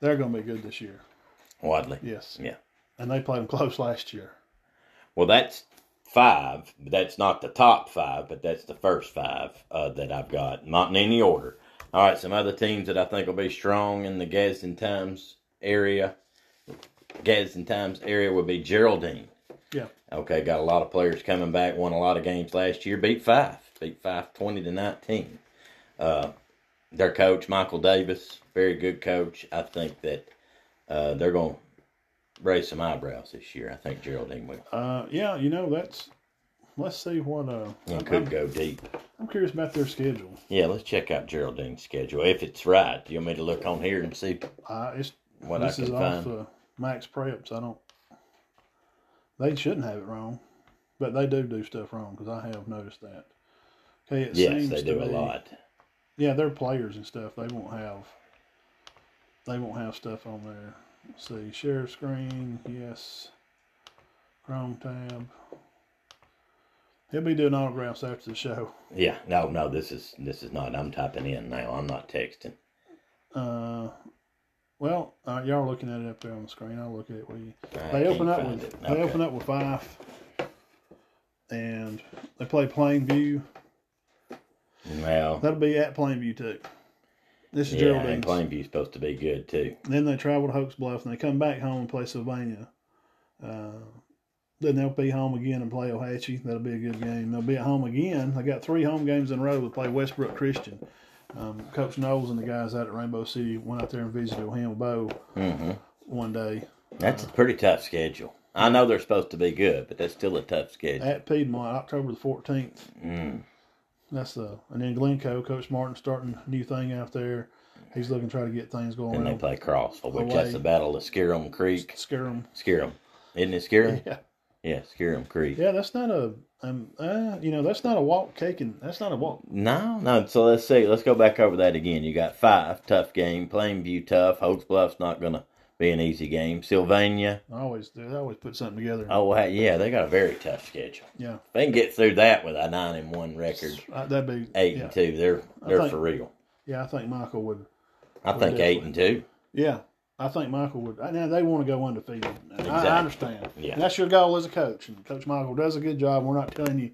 [SPEAKER 2] they're going to be good this year.
[SPEAKER 1] Wadley.
[SPEAKER 2] Yes,
[SPEAKER 1] Yeah.
[SPEAKER 2] and they played them close last year.
[SPEAKER 1] Well, that's five. But that's not the top five, but that's the first five uh, that I've got, not in any order. All right, some other teams that I think will be strong in the Gadsden Times area. Gadsden Times area would be Geraldine.
[SPEAKER 2] Yeah,
[SPEAKER 1] Okay, got a lot of players coming back. Won a lot of games last year. Beat five. Beat five twenty to nineteen. Uh, their coach Michael Davis, very good coach. I think that uh, they're going to raise some eyebrows this year. I think Geraldine will.
[SPEAKER 2] uh, yeah. You know that's. Let's see what. Uh,
[SPEAKER 1] It
[SPEAKER 2] I'm,
[SPEAKER 1] could
[SPEAKER 2] I'm,
[SPEAKER 1] go deep.
[SPEAKER 2] I'm curious about their schedule.
[SPEAKER 1] Yeah, let's check out Geraldine's schedule. If it's right, you want me to look on here and see
[SPEAKER 2] Uh, it's
[SPEAKER 1] what
[SPEAKER 2] this
[SPEAKER 1] I
[SPEAKER 2] is
[SPEAKER 1] can
[SPEAKER 2] off
[SPEAKER 1] find?
[SPEAKER 2] uh, Max Preps. I don't. They shouldn't have it wrong, but they do do stuff wrong because I have noticed that. Okay, it
[SPEAKER 1] yes,
[SPEAKER 2] seems
[SPEAKER 1] they
[SPEAKER 2] to
[SPEAKER 1] do a
[SPEAKER 2] be-
[SPEAKER 1] lot.
[SPEAKER 2] Yeah, their players and stuff. They won't have. They won't have stuff on there. Let's see, share screen. Yes, Chrome tab. He'll be doing autographs after the show.
[SPEAKER 1] Yeah, no, no, this is this is not. I'm typing in now. I'm not texting.
[SPEAKER 2] Uh, Well, uh, y'all are looking at it up there on the screen. I'll look at it with you.
[SPEAKER 1] I
[SPEAKER 2] They open
[SPEAKER 1] can't
[SPEAKER 2] up
[SPEAKER 1] find
[SPEAKER 2] with
[SPEAKER 1] it.
[SPEAKER 2] they
[SPEAKER 1] Okay.
[SPEAKER 2] open up with five, and they play Plainview.
[SPEAKER 1] Well,
[SPEAKER 2] That'll be at Plainview too. This is
[SPEAKER 1] yeah, and
[SPEAKER 2] Geraldine's.
[SPEAKER 1] Plainview's supposed to be good too.
[SPEAKER 2] Then they travel to Hoax Bluff and they come back home and play Sylvania. Uh, then they'll be home again and play Ohatchee. That'll be a good game. They'll be at home again. They got three home games in a row to play Westbrook Christian. Um, Coach Knowles and the guys out at Rainbow City went out there and visited with him and Bo
[SPEAKER 1] hmm
[SPEAKER 2] one day
[SPEAKER 1] That's a pretty tough schedule. I know they're supposed to be good, but that's still a tough schedule.
[SPEAKER 2] at Piedmont, October the 14th.
[SPEAKER 1] Mm.
[SPEAKER 2] That's the and then Glencoe, Coach Martin starting a new thing out there. He's looking to try to get things going.
[SPEAKER 1] Then they
[SPEAKER 2] Around.
[SPEAKER 1] play Crossville, which
[SPEAKER 2] Away.
[SPEAKER 1] that's the Battle of Skirum Creek.
[SPEAKER 2] Scare them.
[SPEAKER 1] Skirum, isn't it Skirum?
[SPEAKER 2] Yeah.
[SPEAKER 1] Yeah, Skirum Creek.
[SPEAKER 2] Yeah, that's not a um, uh, you know that's not a walk cake and that's not a walk.
[SPEAKER 1] No, no. So let's see. Let's go back over that again. You got five tough game. Plainview tough. Hoax Bluff's not going to be an easy game. Sylvania.
[SPEAKER 2] I always do. I always put something together.
[SPEAKER 1] Oh wow, yeah, they got a very tough schedule.
[SPEAKER 2] Yeah,
[SPEAKER 1] If they can get through that with a nine and one record,
[SPEAKER 2] I, that'd be
[SPEAKER 1] eight
[SPEAKER 2] Yeah,
[SPEAKER 1] and two, they're
[SPEAKER 2] I
[SPEAKER 1] they're
[SPEAKER 2] think-
[SPEAKER 1] for real.
[SPEAKER 2] yeah, I think Michael would.
[SPEAKER 1] I
[SPEAKER 2] Well,
[SPEAKER 1] think eight and two.
[SPEAKER 2] Yeah, I think Michael would. uh, Now they want to go undefeated. I,
[SPEAKER 1] Exactly.
[SPEAKER 2] I understand.
[SPEAKER 1] Yeah.
[SPEAKER 2] And that's your goal as a coach, and Coach Michael does a good job. We're not telling you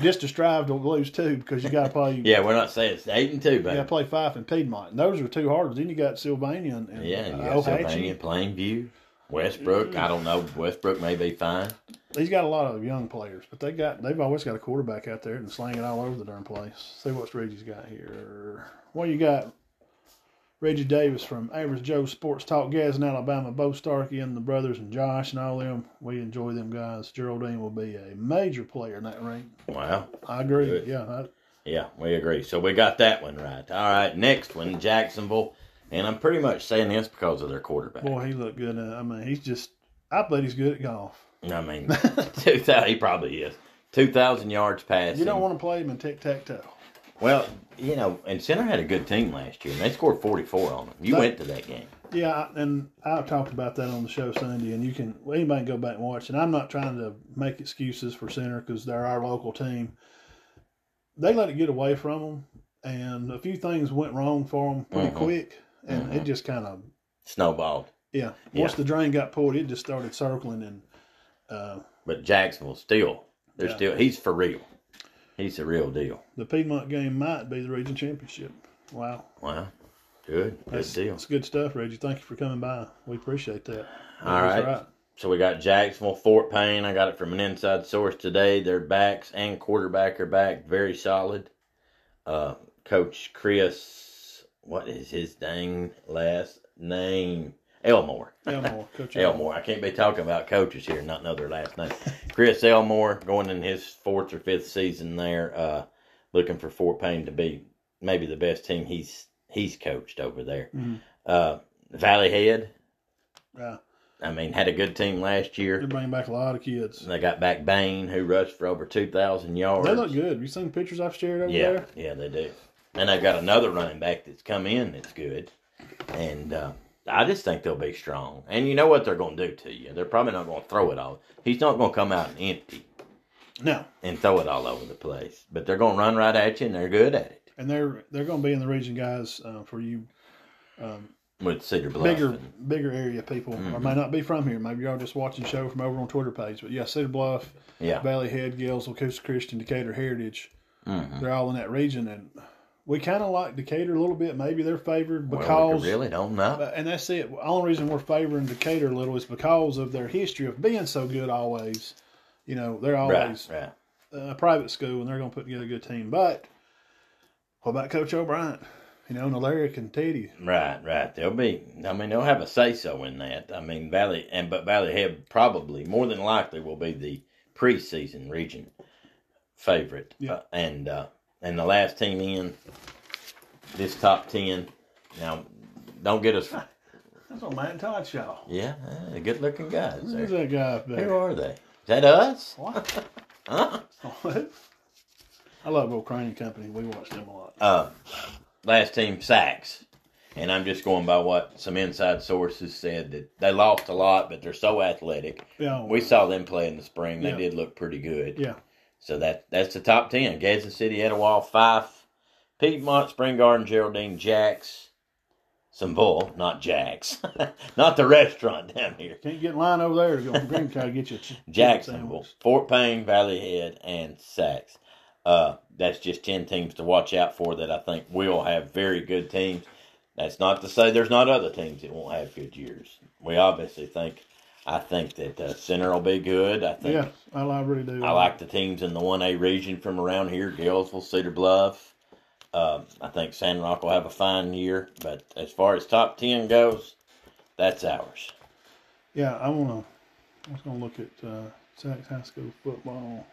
[SPEAKER 2] just to strive to lose two because you got to play.
[SPEAKER 1] Yeah, we're not saying it's eight and two,
[SPEAKER 2] You got to
[SPEAKER 1] but
[SPEAKER 2] play Fife and Piedmont, and those are two hard ones. Then you got Sylvania and, and
[SPEAKER 1] yeah, and you
[SPEAKER 2] uh,
[SPEAKER 1] got
[SPEAKER 2] Ohatchee.
[SPEAKER 1] Sylvania, Plainview, Westbrook. I don't know. Westbrook may be fine.
[SPEAKER 2] He's got a lot of young players, but they got they've always got a quarterback out there and slang it all over the darn place. See what Reggie's got here. Well, you got Reggie Davis from Average Joe Sports Talk, Gaz in Alabama, Bo Starkey and the brothers and Josh and all them. We enjoy them guys. Geraldine will be a major player in that ring.
[SPEAKER 1] Wow.
[SPEAKER 2] I agree.
[SPEAKER 1] Good.
[SPEAKER 2] Yeah, I,
[SPEAKER 1] Yeah, we agree. So we got that one right. All right, next one, Jacksonville, and I'm pretty much saying this because of their quarterback.
[SPEAKER 2] boy, he looked good. Uh, I mean, he's just. I bet he's good at golf.
[SPEAKER 1] I mean, two thousand. He probably is two thousand yards passing.
[SPEAKER 2] You don't want to play him in tic tac toe.
[SPEAKER 1] Well, you know, and Center had a good team last year, and they scored 44 on them. You went to that game.
[SPEAKER 2] Yeah, I- and I talked about that on the show Sunday, and you can well, anybody can go back and watch. And I'm not trying to make excuses for Center because they're our local team. They let it get away from them, and a few things went wrong for them pretty
[SPEAKER 1] Mhm.
[SPEAKER 2] quick, and
[SPEAKER 1] Mhm.
[SPEAKER 2] it just kind of
[SPEAKER 1] Snowballed.
[SPEAKER 2] yeah.
[SPEAKER 1] Yeah.
[SPEAKER 2] Once the drain got pulled, it just started circling, and uh,
[SPEAKER 1] But Jacksonville still, they're
[SPEAKER 2] Yeah.
[SPEAKER 1] still, he's for real. He's the real deal.
[SPEAKER 2] the Piedmont game might be the region championship. Wow,
[SPEAKER 1] Wow. Good. Good
[SPEAKER 2] that's,
[SPEAKER 1] deal.
[SPEAKER 2] that's good stuff, Reggie. Thank you for coming by. We appreciate that.
[SPEAKER 1] All
[SPEAKER 2] That's
[SPEAKER 1] right. So we got Jacksonville, Fort Payne. I got it from an inside source today. Their backs and quarterback are back. Very solid. Uh, Coach Chris, what is his dang last name? Elmore.
[SPEAKER 2] Elmore, Coach
[SPEAKER 1] Elmore. I can't be talking about coaches here, and not know their last name. Chris Elmore going in his fourth or fifth season there, uh, looking for Fort Payne to be maybe the best team he's he's coached over there.
[SPEAKER 2] Mhm.
[SPEAKER 1] Uh, Valley Head,
[SPEAKER 2] Yeah,
[SPEAKER 1] I mean, had a good team last
[SPEAKER 2] they're
[SPEAKER 1] year.
[SPEAKER 2] bringing back a lot of kids.
[SPEAKER 1] They got back Bain, who rushed for over two thousand yards.
[SPEAKER 2] They look good. Have you seen the pictures I've shared over
[SPEAKER 1] yeah,
[SPEAKER 2] there?
[SPEAKER 1] yeah, they do. And they've got another running back that's come in that's good, and. Uh, I just think they'll be strong, and you know what they're going to do to you. They're probably not going to throw it all. He's not going to come out and empty.
[SPEAKER 2] No,
[SPEAKER 1] and throw it all over the place. But they're going to run right at you, and they're good at it
[SPEAKER 2] and they're they're going to be in the region, guys, uh, for you um,
[SPEAKER 1] with Cedar Bluff.
[SPEAKER 2] bigger
[SPEAKER 1] and-
[SPEAKER 2] bigger area people,
[SPEAKER 1] Mm-hmm.
[SPEAKER 2] or may not be from here. Maybe y'all just watching the show from over on Twitter page. But yeah, Cedar Bluff,
[SPEAKER 1] yeah,
[SPEAKER 2] Valley Head, Gills, Wakusa Christian, Decatur Heritage,
[SPEAKER 1] Mhm.
[SPEAKER 2] they're all in that region, and we kind of like Decatur a little bit. Maybe they're favored because.
[SPEAKER 1] well, we really don't know.
[SPEAKER 2] but- and that's it. The only reason we're favoring Decatur a little is because of their history of being so good always. You know, they're always
[SPEAKER 1] Right, right.
[SPEAKER 2] a uh, private school and they're going to put together a good team. But what about Coach O'Brien? You know, and Alaric and Teddy.
[SPEAKER 1] Right, right. They'll be. I mean, they'll have a say so in that. I mean, Valley and but Valley Head probably more than likely will be the preseason region favorite.
[SPEAKER 2] Yeah.
[SPEAKER 1] Uh, and uh, and the last team in this top ten. Now, don't get us.
[SPEAKER 2] That's on Matt Todd Shaw.
[SPEAKER 1] Yeah, uh, good looking guys.
[SPEAKER 2] Who's
[SPEAKER 1] There.
[SPEAKER 2] that guy up
[SPEAKER 1] Who
[SPEAKER 2] there?
[SPEAKER 1] are they? Is that us? Uh,
[SPEAKER 2] What?
[SPEAKER 1] Huh?
[SPEAKER 2] I love Old Crane and Company. We watch them a lot.
[SPEAKER 1] uh, last team sacks. And I'm just going by what some inside sources said that they lost a lot, but they're so athletic.
[SPEAKER 2] Yeah.
[SPEAKER 1] We saw them play in the spring; they
[SPEAKER 2] Yeah.
[SPEAKER 1] did look pretty good.
[SPEAKER 2] yeah.
[SPEAKER 1] So that that's the top ten: Gadsden City, Etowah, Fife, Piedmont, Spring Garden, Geraldine, Jacks, some bull, not Jack's, not the restaurant down here.
[SPEAKER 2] Can't get in line over there to go to Green Cow to get you a ch- chicken
[SPEAKER 1] Jacksonville,
[SPEAKER 2] sandwich.
[SPEAKER 1] Fort Payne, Valley Head, and Sachs. Uh, that's just 10 teams to watch out for that I think will have very good teams. That's not to say there's not other teams that won't have good years. We obviously think, I think that uh, Center will be good. I think
[SPEAKER 2] Yeah, I, I really do.
[SPEAKER 1] I like the teams in the 1A region from around here Galesville, Cedar Bluff. Uh, I think San Rock will have a fine year. But as far as top 10 goes, that's ours.
[SPEAKER 2] Yeah, I wanna. I was gonna look at uh, Sachs High School football.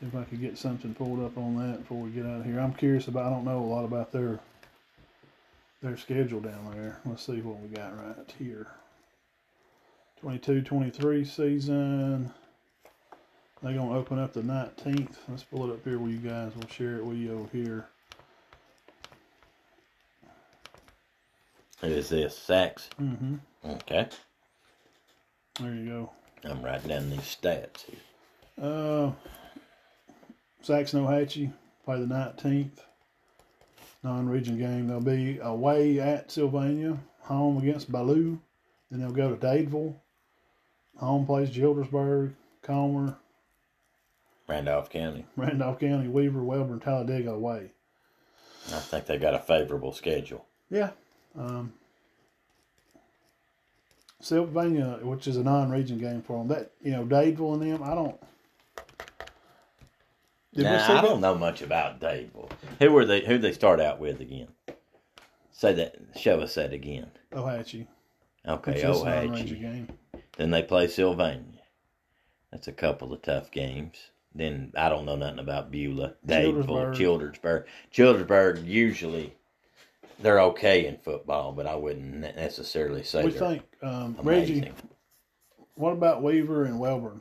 [SPEAKER 2] See if I could get something pulled up on that before we get out of here. I'm curious about. I don't know a lot about their their schedule down there. Let's see what we got right here. 22-23 season. They're gonna open up the 19th. Let's pull it up here with you guys. We'll share it with you over here.
[SPEAKER 1] Who is this? Sachs.
[SPEAKER 2] Mm-hmm.
[SPEAKER 1] Okay.
[SPEAKER 2] There you go.
[SPEAKER 1] I'm writing down these stats here.
[SPEAKER 2] Uh, Saxon Ohatchee play the 19th non-region game. They'll be away at Sylvania, home against Baloo. Then they'll go to Dadeville. Home plays Gildersburg, Comer,
[SPEAKER 1] Randolph County.
[SPEAKER 2] Randolph County, Weaver, Welburn, Talladega away.
[SPEAKER 1] I think they got a favorable schedule.
[SPEAKER 2] Yeah. Um, Sylvania, which is a non-region game for them, that you know Dadeville and them, I don't. Did we
[SPEAKER 1] Nah,
[SPEAKER 2] see
[SPEAKER 1] I
[SPEAKER 2] that?
[SPEAKER 1] don't know much about Dadeville. Who were they? Who they start out with again? Say that. Show us that again.
[SPEAKER 2] Ohatchee, which
[SPEAKER 1] Okay,
[SPEAKER 2] is a non-region
[SPEAKER 1] Ohatchee.
[SPEAKER 2] game.
[SPEAKER 1] Then they play Sylvania. That's a couple of tough games. Then I don't know nothing about Beulah, Dadeville, Childersburg. Childersburg usually they're okay in football, but I wouldn't ne- necessarily say
[SPEAKER 2] We
[SPEAKER 1] they're
[SPEAKER 2] think um,
[SPEAKER 1] amazing.
[SPEAKER 2] Reggie. What about Weaver and Welburn?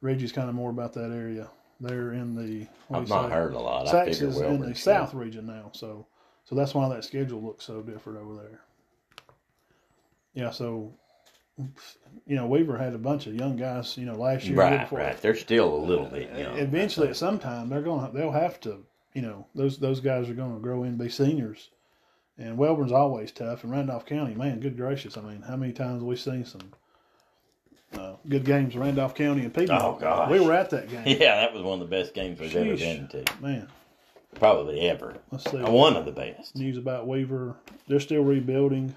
[SPEAKER 2] Reggie's kind of more about that area. They're in the. what
[SPEAKER 1] I've
[SPEAKER 2] do you
[SPEAKER 1] not
[SPEAKER 2] say?
[SPEAKER 1] heard a lot. I
[SPEAKER 2] Sax
[SPEAKER 1] figure
[SPEAKER 2] is in the
[SPEAKER 1] Wilbur's-
[SPEAKER 2] south region now, so so that's why that schedule looks so different over there. Yeah, so you know Weaver had a bunch of young guys, you know, last year. year
[SPEAKER 1] Right,
[SPEAKER 2] before.
[SPEAKER 1] right. They're still a little bit young.
[SPEAKER 2] Uh, Eventually, at some time, they're gonna they'll have to. You know, those those guys are gonna grow in and be seniors. And Welburn's always tough. And Randolph County, man, good gracious! I mean, how many times have we seen some uh, good games? Randolph County and Piedmont.
[SPEAKER 1] Oh, gosh.
[SPEAKER 2] we were at that game,
[SPEAKER 1] Yeah, that was one of the best games we've ever
[SPEAKER 2] Sheesh.
[SPEAKER 1] been to.
[SPEAKER 2] man.
[SPEAKER 1] Probably ever.
[SPEAKER 2] Let's see
[SPEAKER 1] One of the best.
[SPEAKER 2] news about Weaver. They're still rebuilding.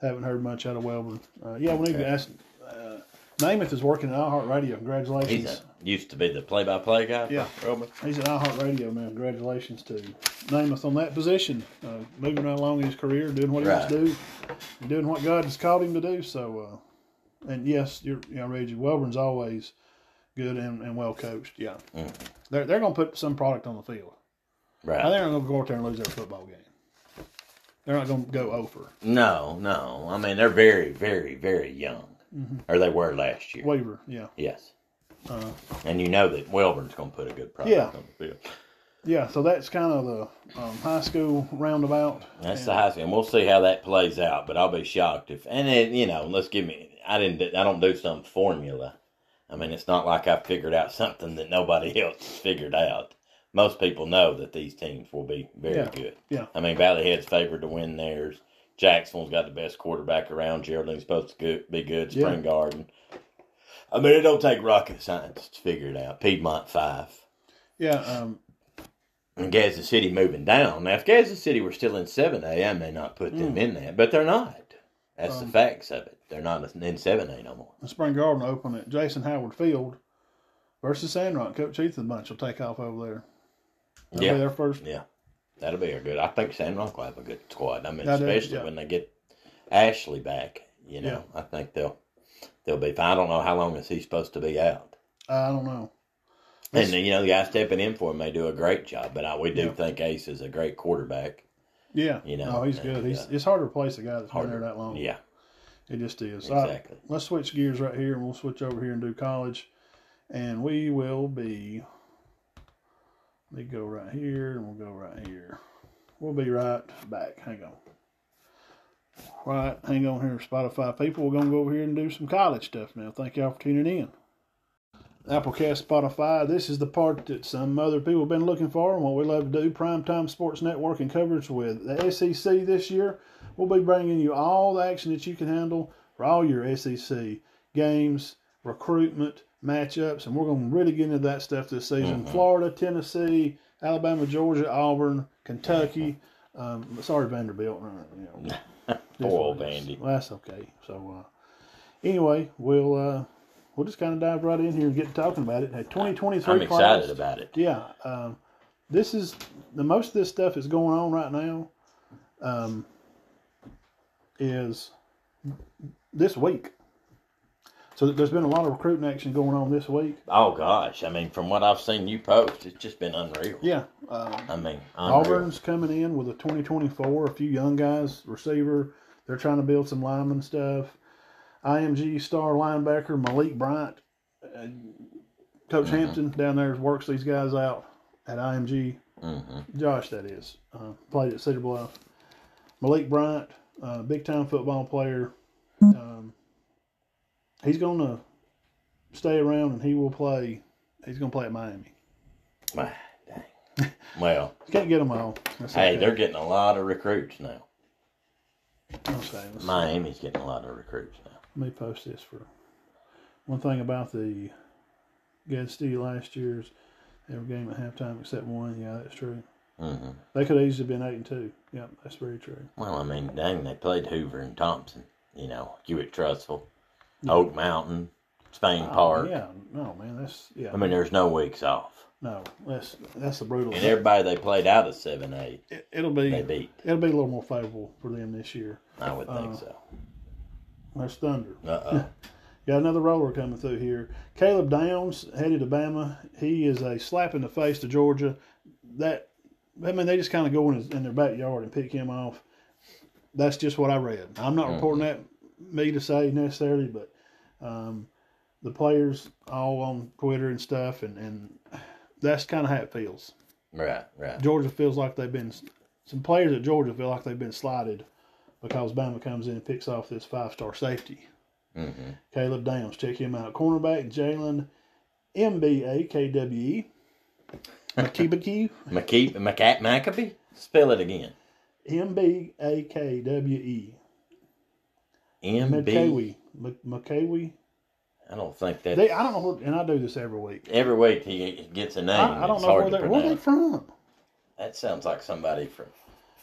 [SPEAKER 2] Haven't heard much out of Welburn. Uh, yeah, we need to
[SPEAKER 1] Okay.
[SPEAKER 2] ask. Uh, Namath is working at iHeartRadio. Congratulations.
[SPEAKER 1] He's a, used to be the play-by-play guy.
[SPEAKER 2] Yeah.
[SPEAKER 1] for Roman.
[SPEAKER 2] He's at iHeartRadio now. Congratulations to Namath on that position. Uh, moving right along in his career, doing what he wants to do, and doing what God has called him to do. So, uh, and yes, you're, you know, Reggie Welburn's always good and, and well coached. Yeah, they're they're going to put some product on the field. I
[SPEAKER 1] Right.
[SPEAKER 2] think they're going to go out there and lose their football game. They're not going to go over
[SPEAKER 1] No, no. I mean, they're very, very, very young. Or they were last year.
[SPEAKER 2] Weaver. Yeah,
[SPEAKER 1] Yes. and you know that Welburn's going to put a good product
[SPEAKER 2] Yeah.
[SPEAKER 1] on the field.
[SPEAKER 2] yeah. So that's kind of the um, high school roundabout.
[SPEAKER 1] That's the high school. And we'll see how that plays out, but I'll be shocked if and it, you know, let's give me I didn't I don't do some formula. I mean, it's not like I figured out something that nobody else has figured out. Most people know that these teams will be very
[SPEAKER 2] Yeah.
[SPEAKER 1] good.
[SPEAKER 2] Yeah.
[SPEAKER 1] I mean, Valley Head's favored to win theirs. Jacksonville's got the best quarterback around. Geraldine's supposed to go- be good.
[SPEAKER 2] Yeah.
[SPEAKER 1] Spring Garden. I mean, it don't take rocket science to figure it out. Piedmont five
[SPEAKER 2] Yeah, um,
[SPEAKER 1] and Kansas City moving down. Now, if Kansas City were still in 7A, I may not put
[SPEAKER 2] Mm.
[SPEAKER 1] them in that, but they're not. That's
[SPEAKER 2] Um,
[SPEAKER 1] the facts of it. They're not in 7A no more.
[SPEAKER 2] the Spring Garden Open at Jason Howard Field versus Sandrock. Coach Ethan Bunch will take off over there. That'll be
[SPEAKER 1] Yeah.
[SPEAKER 2] their first.
[SPEAKER 1] Yeah. That'll be a good. I think San Rock will have a good squad. I mean,
[SPEAKER 2] That is,
[SPEAKER 1] especially
[SPEAKER 2] yeah.
[SPEAKER 1] when they get Ashley back, you know, I think they'll they'll be fine. I don't know how long is he supposed to be out.
[SPEAKER 2] I don't know.
[SPEAKER 1] And you know, the guy stepping in for him may do a great job, but I, we do
[SPEAKER 2] Yeah.
[SPEAKER 1] think Ace is a great quarterback.
[SPEAKER 2] Yeah,
[SPEAKER 1] You know,
[SPEAKER 2] no, he's
[SPEAKER 1] and,
[SPEAKER 2] good. He's
[SPEAKER 1] uh,
[SPEAKER 2] it's hard to replace a guy that's been there that long.
[SPEAKER 1] Yeah,
[SPEAKER 2] it just is. All right,
[SPEAKER 1] exactly.
[SPEAKER 2] let's switch gears right here, and we'll switch over here and do college, and we will be. Let me go right here, and we'll go right here. We'll be right back. Hang on. Right, hang on here, Spotify people. We're gonna go over here and do some college stuff now. Thank y'all for tuning in. Applecast, Spotify. This is the part that some other people have been looking for, and what we love to do: primetime sports network and coverage with the SEC E this year. We'll be bringing you all the action that you can handle for all your SEC games, recruitment, matchups, and we're going to really get into that stuff this season.
[SPEAKER 1] Mhm.
[SPEAKER 2] Florida, Tennessee, Alabama, Georgia, Auburn, Kentucky. Um, sorry, Vanderbilt. uh, You know,
[SPEAKER 1] Poor
[SPEAKER 2] that's
[SPEAKER 1] old
[SPEAKER 2] what it is.
[SPEAKER 1] Vandy.
[SPEAKER 2] Well, that's okay. So uh, anyway, we'll uh, we'll just kind of dive right in here and get talking about it. Hey, 2023
[SPEAKER 1] I'm
[SPEAKER 2] class.
[SPEAKER 1] excited about it.
[SPEAKER 2] Yeah, um, this is the most of this stuff is going on right now. Um, is this week. So there's been a lot of recruiting action going on this week.
[SPEAKER 1] Oh gosh, I mean, from what I've seen you post, it's just been unreal.
[SPEAKER 2] Yeah, um,
[SPEAKER 1] I mean, unreal.
[SPEAKER 2] Auburn's coming in with a 2024, a few young guys, receiver. They're trying to build some lineman stuff. IMG star linebacker Malik Bryant. Uh, Coach
[SPEAKER 1] Mm-hmm.
[SPEAKER 2] Hampton down there works these guys out at IMG.
[SPEAKER 1] hmm
[SPEAKER 2] Josh, that is. Uh, played at Cedar Bluff. Malik Bryant, uh, big time football player. Um, he's going to stay around and he will play. He's going to play at Miami.
[SPEAKER 1] My dang. Well,
[SPEAKER 2] Can't get them all. That's
[SPEAKER 1] hey,
[SPEAKER 2] okay.
[SPEAKER 1] they're getting a lot of recruits now.
[SPEAKER 2] Okay, let's-
[SPEAKER 1] Miami's getting a lot of recruits now.
[SPEAKER 2] Let me post this for one thing about the Gadsby last year's every game at halftime except one. Yeah, that's true.
[SPEAKER 1] hmm
[SPEAKER 2] They could have easily been eight and two. Yep, that's very true.
[SPEAKER 1] Well, I mean, dang, they played Hoover and Thompson. You know, Hewitt Trustful, Oak Mountain, Spain Park.
[SPEAKER 2] Oh, Yeah, no man, that's yeah.
[SPEAKER 1] I mean, there's no weeks off,
[SPEAKER 2] no, that's that's the brutal.
[SPEAKER 1] and everybody they played out of seven eight,
[SPEAKER 2] it, it'll be
[SPEAKER 1] they beat.
[SPEAKER 2] it'll be a little more favorable for them this year.
[SPEAKER 1] I would think
[SPEAKER 2] Uh,
[SPEAKER 1] so.
[SPEAKER 2] There's thunder.
[SPEAKER 1] Uh oh.
[SPEAKER 2] Got another roller coming through here. Caleb Downs headed to Bama. He is a slap in the face to Georgia. That I mean, they just kind of go in, his, in their backyard and pick him off. That's just what I read. I'm not reporting that me to say necessarily, but um, the players all on Twitter and stuff, and, and that's kind of how it feels.
[SPEAKER 1] right, right.
[SPEAKER 2] Georgia feels like they've been some players at Georgia feel like they've been slighted because Bama comes in and picks off this five star safety.
[SPEAKER 1] hmm
[SPEAKER 2] Caleb Downs, check him out. Cornerback Jalen MBA KWE. McKeebakee,
[SPEAKER 1] McKee, McCat Maccabee. Spell it again.
[SPEAKER 2] M-B-A-K-W-E.
[SPEAKER 1] E. MB.
[SPEAKER 2] McKeewee. McKeewee.
[SPEAKER 1] I don't think that.
[SPEAKER 2] They, I don't know, what, and I do this every week.
[SPEAKER 1] Every week he gets a name.
[SPEAKER 2] I, I don't
[SPEAKER 1] it's
[SPEAKER 2] know
[SPEAKER 1] hard
[SPEAKER 2] where
[SPEAKER 1] to
[SPEAKER 2] they where they
[SPEAKER 1] pronounce.
[SPEAKER 2] from.
[SPEAKER 1] That sounds like somebody from.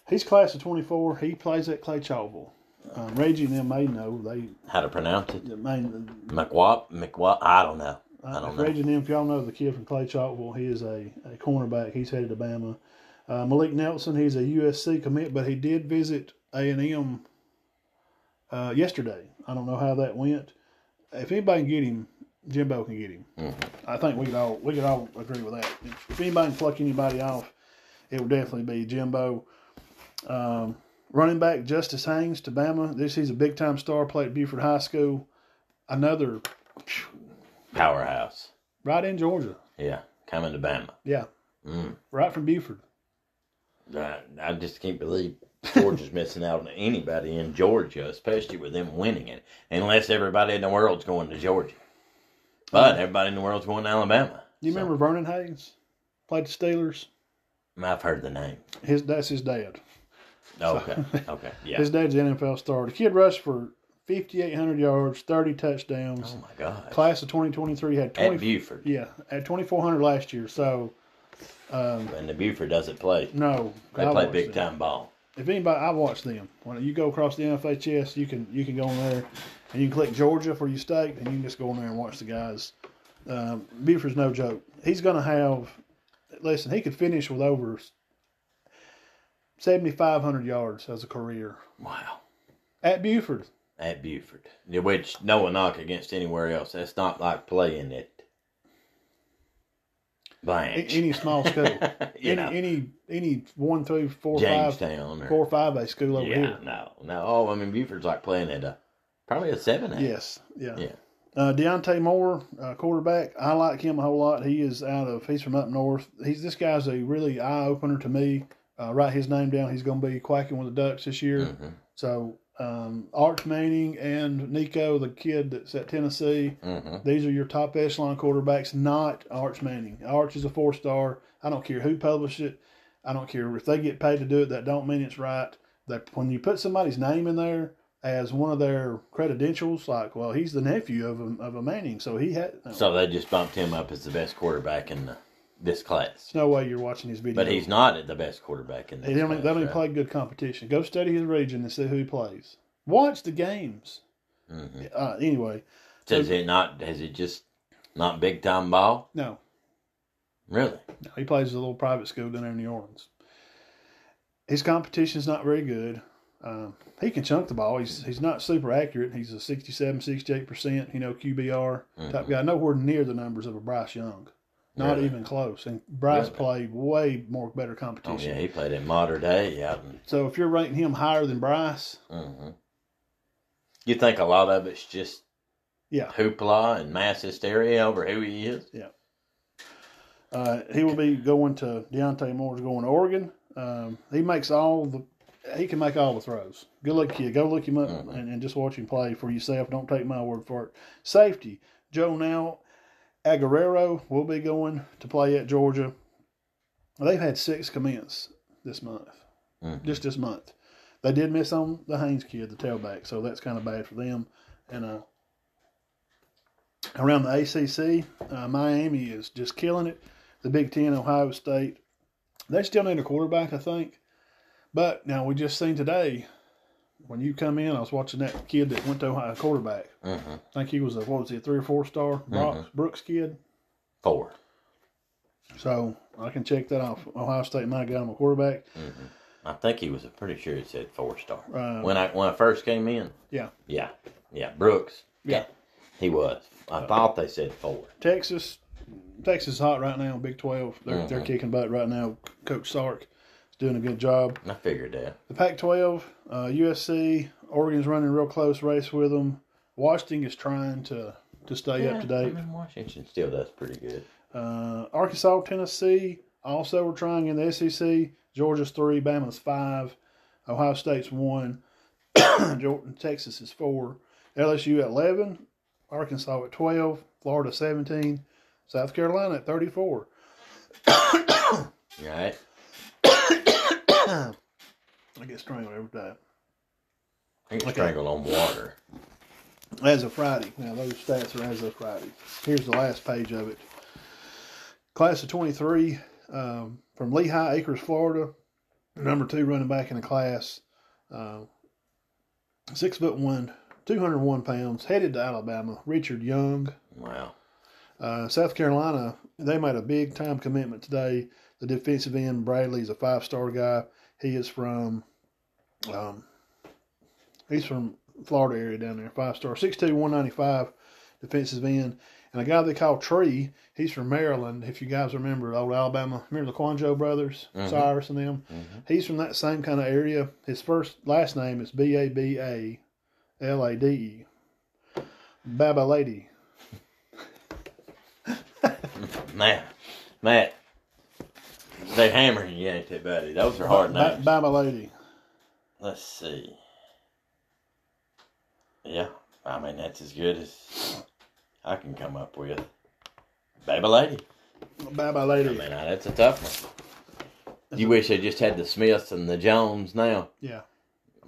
[SPEAKER 2] He's class of 24. He plays at Clay Chalville. Um, Reggie and them may know. They,
[SPEAKER 1] How to pronounce it?
[SPEAKER 2] I mean,
[SPEAKER 1] McWap, McWap. I don't know. I
[SPEAKER 2] Uh,
[SPEAKER 1] don't
[SPEAKER 2] if
[SPEAKER 1] know.
[SPEAKER 2] Reggie Nim, if y'all know the kid from Clay Chalkville, he is a, a cornerback. He's headed to Bama. Uh, Malik Nelson, he's a USC commit, but he did visit A and M uh, yesterday. I don't know how that went. If anybody can get him, Jimbo can get him.
[SPEAKER 1] Mhm.
[SPEAKER 2] I think we could all we could all agree with that. If, if anybody can pluck anybody off, it would definitely be Jimbo. Um, running back Justice Haynes to Bama. This he's a big time star. Played at Buford High School. Another
[SPEAKER 1] Powerhouse.
[SPEAKER 2] right in Georgia.
[SPEAKER 1] Yeah, coming to Bama.
[SPEAKER 2] Yeah.
[SPEAKER 1] Mm.
[SPEAKER 2] Right from Buford.
[SPEAKER 1] I, I just can't believe Georgia's missing out on anybody in Georgia, especially with them winning it. Unless everybody in the world's going to Georgia, but everybody in the world's going to Alabama.
[SPEAKER 2] Do Mm. you
[SPEAKER 1] So,
[SPEAKER 2] remember Vernon Hayes? Played the Steelers.
[SPEAKER 1] mm, I've heard the name.
[SPEAKER 2] His that's his dad.
[SPEAKER 1] Okay. Okay. Yeah.
[SPEAKER 2] His dad's an NFL star. The kid rushed for fifty eight hundred yards, thirty touchdowns.
[SPEAKER 1] Oh my God.
[SPEAKER 2] Class of twenty twenty three had
[SPEAKER 1] At
[SPEAKER 2] twenty
[SPEAKER 1] Buford.
[SPEAKER 2] yeah, at twenty four hundred last year. So um,
[SPEAKER 1] And the Buford doesn't play.
[SPEAKER 2] no.
[SPEAKER 1] They
[SPEAKER 2] I
[SPEAKER 1] play
[SPEAKER 2] watched
[SPEAKER 1] big
[SPEAKER 2] them.
[SPEAKER 1] time ball.
[SPEAKER 2] If anybody I watch them. When you go across the NFHS you can you can go in there and you can click Georgia for your state and you can just go in there and watch the guys. Um, Buford's no joke. He's gonna have listen, he could finish with over 7,500 yards as a career
[SPEAKER 1] Wow.
[SPEAKER 2] at Buford.
[SPEAKER 1] At Buford, which no one knock against anywhere else. That's not like playing at
[SPEAKER 2] A-
[SPEAKER 1] Blanche.
[SPEAKER 2] Any small school,
[SPEAKER 1] you
[SPEAKER 2] any,
[SPEAKER 1] know,
[SPEAKER 2] any any one through four five
[SPEAKER 1] Jamestown. Or,
[SPEAKER 2] four five A school over
[SPEAKER 1] yeah,
[SPEAKER 2] here.
[SPEAKER 1] no, no. Oh, I mean Buford's like playing at a probably a seven. eight.
[SPEAKER 2] Yes, yeah.
[SPEAKER 1] Yeah.
[SPEAKER 2] Uh, Deontay Moore, uh, quarterback. I like him a whole lot. He is out of. He's from up north. He's this guy's a really eye opener to me. Uh, write his name down. He's going to be quacking with the Ducks this year.
[SPEAKER 1] Mhm,
[SPEAKER 2] So um, Arch Manning and Nico, the kid that's at Tennessee.
[SPEAKER 1] mhm.
[SPEAKER 2] These are your top echelon quarterbacks, not Arch Manning. Arch is a four star. I don't care who published it. I don't care if they get paid to do it. That don't mean it's right. that when you put somebody's name in there as one of their credentials, like, well, he's the nephew of a, of a Manning, so he had. No,
[SPEAKER 1] So they just bumped him up as the best quarterback in the, this class.
[SPEAKER 2] there's no way you're watching his video.
[SPEAKER 1] But he's not the best quarterback in this
[SPEAKER 2] They don't,
[SPEAKER 1] class.
[SPEAKER 2] they don't even
[SPEAKER 1] right?
[SPEAKER 2] play good competition. Go study his region and see who he plays. Watch the games.
[SPEAKER 1] Mhm.
[SPEAKER 2] Uh, anyway,
[SPEAKER 1] So is it not? Is it just not big time ball?
[SPEAKER 2] no,
[SPEAKER 1] Really?
[SPEAKER 2] no, he plays at a little private school down there in New Orleans. His competition's not very good. Um, he can chunk the ball. He's he's not super accurate. He's a 67, 68%, you know, QBR type
[SPEAKER 1] Mhm.
[SPEAKER 2] guy. Nowhere near the numbers of a Bryce Young. Not
[SPEAKER 1] Really?
[SPEAKER 2] even close. And Bryce
[SPEAKER 1] Really?
[SPEAKER 2] played way more better
[SPEAKER 1] Oh
[SPEAKER 2] competition.
[SPEAKER 1] yeah, he played at modern day out in
[SPEAKER 2] So if you're rating him higher than Bryce,
[SPEAKER 1] hmm You think a lot of it's just
[SPEAKER 2] Yeah.
[SPEAKER 1] hoopla and mass hysteria over who he is?
[SPEAKER 2] Uh, he will be going to Deontay Moore's going to Oregon. Um, he makes all the he can make all the throws. Good luck kid. Go look him up
[SPEAKER 1] Mhm.
[SPEAKER 2] and, and just watch him play for yourself. Don't take my word for it. Safety. Joe now Aguerrero will be going to play at Georgia. They've had six commence this month.
[SPEAKER 1] Mhm.
[SPEAKER 2] Just this month. They did miss on the Haynes kid, the tailback, so that's kind of bad for them. And uh, around the ACC, uh, Miami is just killing it. The Big Ten, Ohio State, they still need a quarterback, I think. But now we just seen today when you come in, I was watching that kid that went to Ohio quarterback.
[SPEAKER 1] hmm
[SPEAKER 2] I think he was a what was he a three or four star Brooks, Brooks kid.
[SPEAKER 1] Four.
[SPEAKER 2] So I can check that off. Ohio State might have got him a quarterback.
[SPEAKER 1] I think he was. I'm pretty sure it said four star
[SPEAKER 2] Uh,
[SPEAKER 1] when I when I first came in.
[SPEAKER 2] Yeah.
[SPEAKER 1] Yeah. Yeah. Brooks.
[SPEAKER 2] Yeah.
[SPEAKER 1] He was. I thought they said four.
[SPEAKER 2] Texas, Texas is hot right now. Big Twelve, they're they're
[SPEAKER 1] Mhm.
[SPEAKER 2] kicking butt right now. Coach Sark is doing a good job.
[SPEAKER 1] I figured that.
[SPEAKER 2] The Pac-12, uh, USC, Oregon's running a real close race with them. Washington is trying to to stay up to
[SPEAKER 1] I
[SPEAKER 2] date.
[SPEAKER 1] mean, Washington still does pretty good.
[SPEAKER 2] Uh, Arkansas, Tennessee, also we're trying in the SEC. Georgia's three, Bama's five, Ohio State's one, Jordan, Texas is four, LSU at eleven, Arkansas at twelve, Florida seventeen, South Carolina at thirty-four.
[SPEAKER 1] Right.
[SPEAKER 2] I get strangled every time.
[SPEAKER 1] He was
[SPEAKER 2] Okay.
[SPEAKER 1] strangled on water.
[SPEAKER 2] As of Friday. Now, those stats are as of Friday. Here's the last page of it. Class of 23 um, from Lehigh Acres, Florida. Number two running back in the class. Uh, six foot one, 201 pounds, headed to Alabama. Richard Young.
[SPEAKER 1] Wow.
[SPEAKER 2] Uh, South Carolina, they made a big time commitment today. The defensive end, Bradley, is a five star guy. He is from, um, he's from Florida area down there, five star, 6'2", 195 defensive end. And a guy they call Tree, he's from Maryland. If you guys remember old Alabama, remember the Quanjo brothers,
[SPEAKER 1] Mhm.
[SPEAKER 2] Cyrus and them?
[SPEAKER 1] Mhm.
[SPEAKER 2] He's from that same kind of area. His first last name is B A B A L A D E. Baba Lady.
[SPEAKER 1] Matt. Matt. They hammering you, ain't they, buddy? Those are hard
[SPEAKER 2] Ba-
[SPEAKER 1] names.
[SPEAKER 2] Baba Lady.
[SPEAKER 1] Let's see. Yeah, I mean that's as good as I can come up with. Baby lady.
[SPEAKER 2] Bye bye
[SPEAKER 1] I
[SPEAKER 2] later.
[SPEAKER 1] mean now that's a tough one. You wish they just had the Smiths and the Jones now.
[SPEAKER 2] Yeah.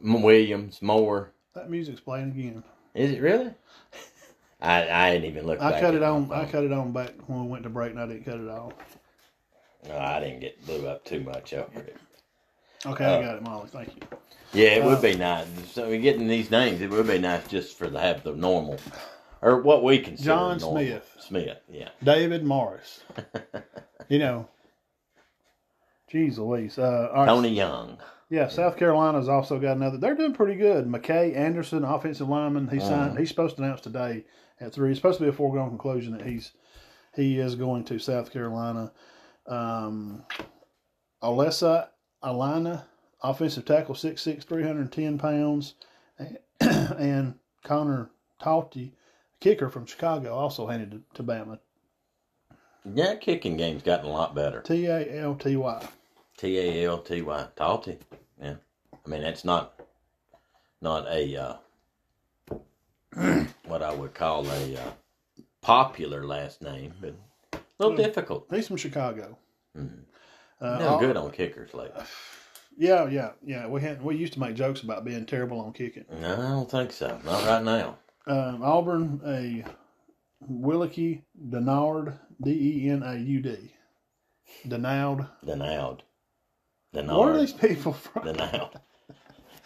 [SPEAKER 1] M- Williams, Moore.
[SPEAKER 2] That music's playing again.
[SPEAKER 1] Is it really? I I ain't even looked.
[SPEAKER 2] I
[SPEAKER 1] back
[SPEAKER 2] cut
[SPEAKER 1] at
[SPEAKER 2] it
[SPEAKER 1] my
[SPEAKER 2] on I
[SPEAKER 1] phone.
[SPEAKER 2] cut it on back when we went to break and I didn't cut it off.
[SPEAKER 1] No, Oh, I didn't get blew up too much over it.
[SPEAKER 2] Okay,
[SPEAKER 1] Uh,
[SPEAKER 2] I got it, Molly. Thank you.
[SPEAKER 1] Yeah, it
[SPEAKER 2] Uh,
[SPEAKER 1] would be nice. So we're getting these names. It would be nice just for the have the normal, or what we consider
[SPEAKER 2] John
[SPEAKER 1] normal.
[SPEAKER 2] Smith.
[SPEAKER 1] Smith, yeah.
[SPEAKER 2] David Morris. you know. Jeez Louise. Uh, all right.
[SPEAKER 1] Tony Young.
[SPEAKER 2] Yeah, South Carolina's also got another. They're doing pretty good. McKay Anderson, offensive lineman. He signed.
[SPEAKER 1] Mhm.
[SPEAKER 2] He's supposed to announce today at three. It's supposed to be a foregone conclusion that he's he is going to South Carolina. Um, Alessa Alina, offensive tackle, 6'6", 310 pounds, and Connor Talty, kicker from Chicago, also handed to, to Bama.
[SPEAKER 1] Yeah, that kicking game's gotten a lot better.
[SPEAKER 2] T A L T Y.
[SPEAKER 1] T A L T Y, Talty. Yeah, I mean that's not not a uh, what I would call a uh, popular last name, but a little
[SPEAKER 2] Hmm.
[SPEAKER 1] difficult.
[SPEAKER 2] He's from Chicago.
[SPEAKER 1] Mhm.
[SPEAKER 2] Uh,
[SPEAKER 1] Doing
[SPEAKER 2] all-
[SPEAKER 1] good on kickers lately.
[SPEAKER 2] Yeah, yeah, yeah. We had we used to make jokes about being terrible on kicking.
[SPEAKER 1] No, I don't think so. Not right now.
[SPEAKER 2] Um, Auburn, a Willicky Denard, D E N A U D, Denard.
[SPEAKER 1] Denied. Denied.
[SPEAKER 2] What are these people from?
[SPEAKER 1] Denied.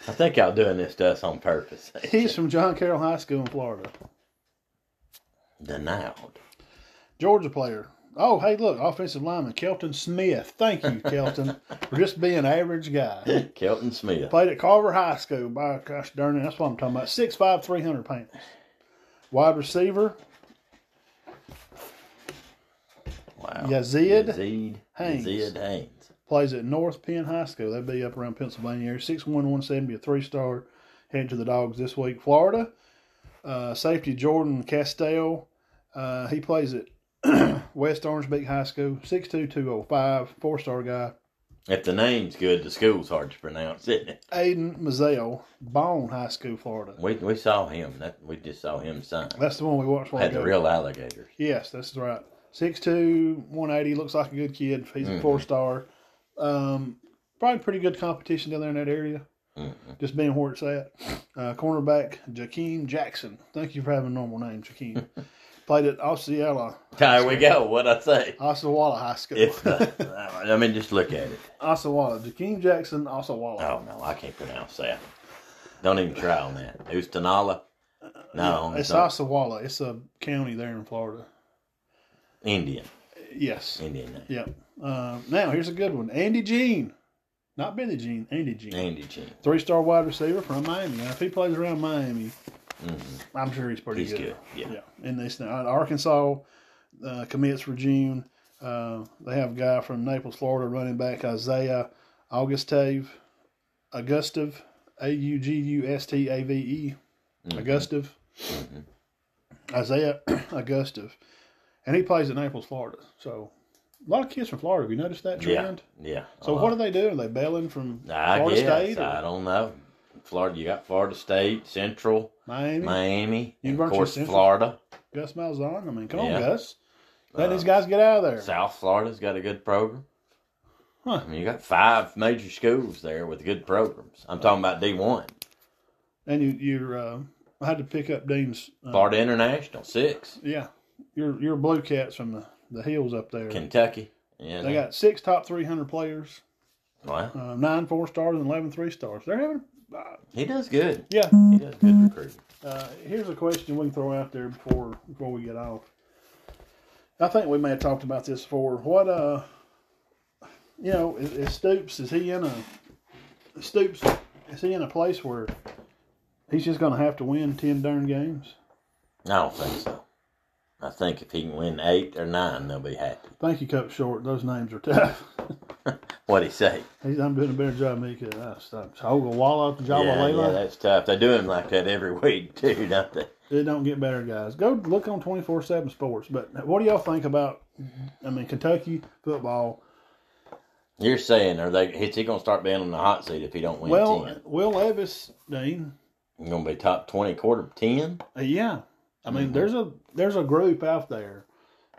[SPEAKER 1] I think y'all doing this to us on purpose.
[SPEAKER 2] He's from John Carroll High School in Florida.
[SPEAKER 1] Denied.
[SPEAKER 2] Georgia player. Oh, hey, look, offensive lineman Kelton Smith. Thank you, Kelton, for just being an average guy.
[SPEAKER 1] Kelton Smith.
[SPEAKER 2] Played at Carver High School. By gosh darn it, that's what I'm talking about. 6'5", 300 pounds. Wide receiver
[SPEAKER 1] Wow.
[SPEAKER 2] Yazid
[SPEAKER 1] Oh, Yazid
[SPEAKER 2] Haynes.
[SPEAKER 1] Yazid Haynes.
[SPEAKER 2] plays at North Penn High School. That'd be up around Pennsylvania area. Six one one seventy, a three star. Heading to the Dogs this week. Florida uh, safety Jordan Castell. Uh, he plays at West Orange Beach High School. Six two two zero five, four star guy.
[SPEAKER 1] If the name's good, the school's hard to pronounce, isn't it?
[SPEAKER 2] Aiden Mazzell, Bone High School, Florida.
[SPEAKER 1] We we saw him. That we just saw him sign.
[SPEAKER 2] That's the one we watched. while
[SPEAKER 1] Had
[SPEAKER 2] ago.
[SPEAKER 1] the real alligators.
[SPEAKER 2] Yes, that's right. 6'2", 180, looks like a good kid. He's
[SPEAKER 1] Mm-hmm.
[SPEAKER 2] a four star. Um, probably pretty good competition down there in that area.
[SPEAKER 1] Mm-hmm.
[SPEAKER 2] Just being where it's at. Uh, cornerback Jakeem Jackson. Thank you for having a normal name, Jakeem. Played at Osceola,
[SPEAKER 1] There we go. What I say.
[SPEAKER 2] Osceola High School.
[SPEAKER 1] If the, I mean, just look at it.
[SPEAKER 2] Osceola, Jakeem Jackson, Osceola.
[SPEAKER 1] Oh no, I can't pronounce that. Don't even try on that. Ustanala. No,
[SPEAKER 2] it's
[SPEAKER 1] it's not
[SPEAKER 2] Osceola. It's a county there in Florida.
[SPEAKER 1] Indian.
[SPEAKER 2] Yes.
[SPEAKER 1] Indian name.
[SPEAKER 2] Yep. Uh, now here's a good one. Andy Jean, not Benny Jean. Andy Jean.
[SPEAKER 1] Andy Chin.
[SPEAKER 2] three star wide receiver from Miami. Now, if he plays around Miami, I'm sure he's pretty
[SPEAKER 1] Mm-hmm. He's good. Yeah.
[SPEAKER 2] Yeah, and they sn- Arkansas uh, commits for June. Uh, they have a guy from Naples, Florida, running back Isaiah Augustave, Augustave, A U G U S T A V E,
[SPEAKER 1] Mm-hmm.
[SPEAKER 2] Augustave, Isaiah Augustave, and he plays at Naples, Florida. So a lot of kids from Florida. Have you noticed that
[SPEAKER 1] Yeah.
[SPEAKER 2] trend?
[SPEAKER 1] Yeah. Uh-huh.
[SPEAKER 2] So what are they doing? Are they bailing from
[SPEAKER 1] I
[SPEAKER 2] Florida
[SPEAKER 1] guess.
[SPEAKER 2] State, or
[SPEAKER 1] I don't know. Florida. You got Florida State, Central,
[SPEAKER 2] Miami?
[SPEAKER 1] Miami,
[SPEAKER 2] You
[SPEAKER 1] and
[SPEAKER 2] brought
[SPEAKER 1] of
[SPEAKER 2] your
[SPEAKER 1] course
[SPEAKER 2] Central-
[SPEAKER 1] Florida.
[SPEAKER 2] Gus Malzahn. I mean, come on,
[SPEAKER 1] Yeah.
[SPEAKER 2] Gus. Let these guys get out of there.
[SPEAKER 1] South Florida's got a good program.
[SPEAKER 2] Huh.
[SPEAKER 1] I mean, you got five major schools there with good programs. I'm talking about D1,
[SPEAKER 2] And you, you uh, I had to pick up Dean's. Uh,
[SPEAKER 1] Florida International, six,
[SPEAKER 2] yeah, your your blue cats from the, the hills up there.
[SPEAKER 1] Kentucky. Yeah,
[SPEAKER 2] they got six top three hundred players,
[SPEAKER 1] wow.
[SPEAKER 2] uh, nine four stars and 11 3 stars. They're having.
[SPEAKER 1] He does good.
[SPEAKER 2] Yeah.
[SPEAKER 1] He does good recruiting.
[SPEAKER 2] Uh, here's a question we can throw out there before before we get off. I think we may have talked about this before. What uh, you know, is, is Stoops is he in a Stoops is he in a place where he's just going to have to win ten darn games?
[SPEAKER 1] I don't think so. I think if he can win eight or nine, they'll be happy.
[SPEAKER 2] Thank you, Coach Short. Those names are tough.
[SPEAKER 1] What'd he say?
[SPEAKER 2] He's, I'm doing a better job than he could. Uh, stop. Hoga Walla, Java
[SPEAKER 1] yeah, yeah,
[SPEAKER 2] Layla.
[SPEAKER 1] that's tough. They do him like that every week, too, don't they?
[SPEAKER 2] It don't get better, guys. Go look on 24 7 sports. But what do y'all think about, I mean, Kentucky football?
[SPEAKER 1] You're saying, are they? Is he gonna start being on the hot seat if he don't win
[SPEAKER 2] Well,
[SPEAKER 1] ten?
[SPEAKER 2] Will Levis, Dean,
[SPEAKER 1] He's gonna be top twenty, quarter ten.
[SPEAKER 2] uh, yeah. I
[SPEAKER 1] Mm-hmm.
[SPEAKER 2] mean, there's a there's a group out there.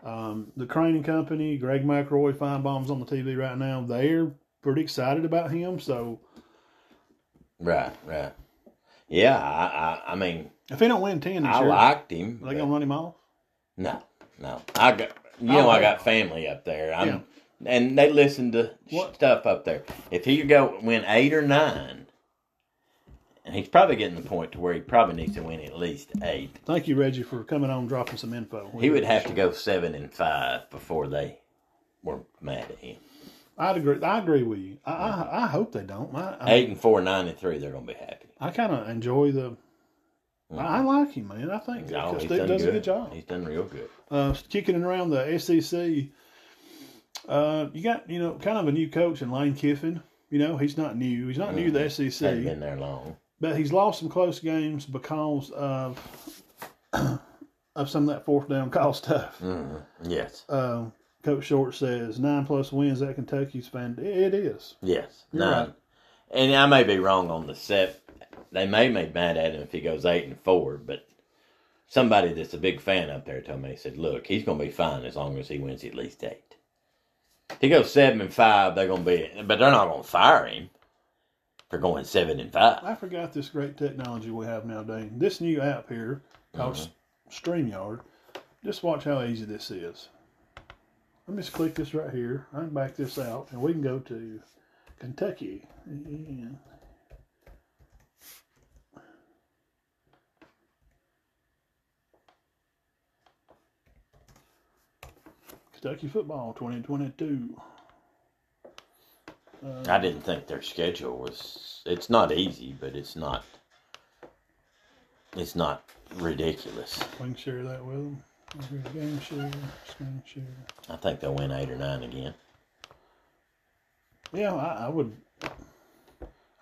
[SPEAKER 2] Um, the Crane and Company, Greg McElroy, Feinbaum's on the TV right now. They're pretty excited about him. So
[SPEAKER 1] Right, right. Yeah, I, I, I mean,
[SPEAKER 2] if he don't win 10 this
[SPEAKER 1] I
[SPEAKER 2] year,
[SPEAKER 1] liked him.
[SPEAKER 2] are they
[SPEAKER 1] but
[SPEAKER 2] going to run him off?
[SPEAKER 1] no, no. I got you know I got family up there. I'm,
[SPEAKER 2] Yeah.
[SPEAKER 1] and they listen to
[SPEAKER 2] What?
[SPEAKER 1] stuff up there. If he could go win eight or nine, and he's probably getting the point to where he probably needs to win at least eight.
[SPEAKER 2] Thank you, Reggie, for coming on, dropping some info.
[SPEAKER 1] He would have to go seven and five before they were mad at him.
[SPEAKER 2] I'd agree. I agree with you. I I, I hope they don't. I I,
[SPEAKER 1] Eight and four, nine and three, they're gonna be happy.
[SPEAKER 2] I kind of enjoy the. I, I like him, man. I think
[SPEAKER 1] No, Mm-hmm.
[SPEAKER 2] Steve
[SPEAKER 1] he's done
[SPEAKER 2] does
[SPEAKER 1] good.
[SPEAKER 2] a good job.
[SPEAKER 1] He's done real good.
[SPEAKER 2] Uh, kicking it around the SEC. Uh, you got you know kind of a new coach in Lane Kiffin. You know he's not new. He's not new to the
[SPEAKER 1] Hasn't
[SPEAKER 2] SEC,
[SPEAKER 1] been there long.
[SPEAKER 2] but he's lost some close games because of of some of that fourth down call stuff.
[SPEAKER 1] Mm-hmm. Yes,
[SPEAKER 2] Uh, coach Short says nine plus wins at Kentucky's fan. It is.
[SPEAKER 1] yes,
[SPEAKER 2] You're
[SPEAKER 1] nine.
[SPEAKER 2] right.
[SPEAKER 1] And I may be wrong on the set. They may make mad at him if he goes eight and four, but somebody that's a big fan up there told me he said, "Look, he's gonna be fine as long as he wins at least eight. If he goes seven and five, they're gonna be, but they're not gonna fire him. for going seven and five.
[SPEAKER 2] I forgot this great technology we have nowadays. This new app here called S- StreamYard. Just watch how easy this is. Let me just click this right here. I can back this out, and we can go to Kentucky. And Kentucky football 2022. Uh,
[SPEAKER 1] I didn't think their schedule was. It's not easy, but it's not. It's not ridiculous.
[SPEAKER 2] We can share that with them. Here's game share, screen share.
[SPEAKER 1] I think they'll win eight or nine again.
[SPEAKER 2] Yeah, I, I would.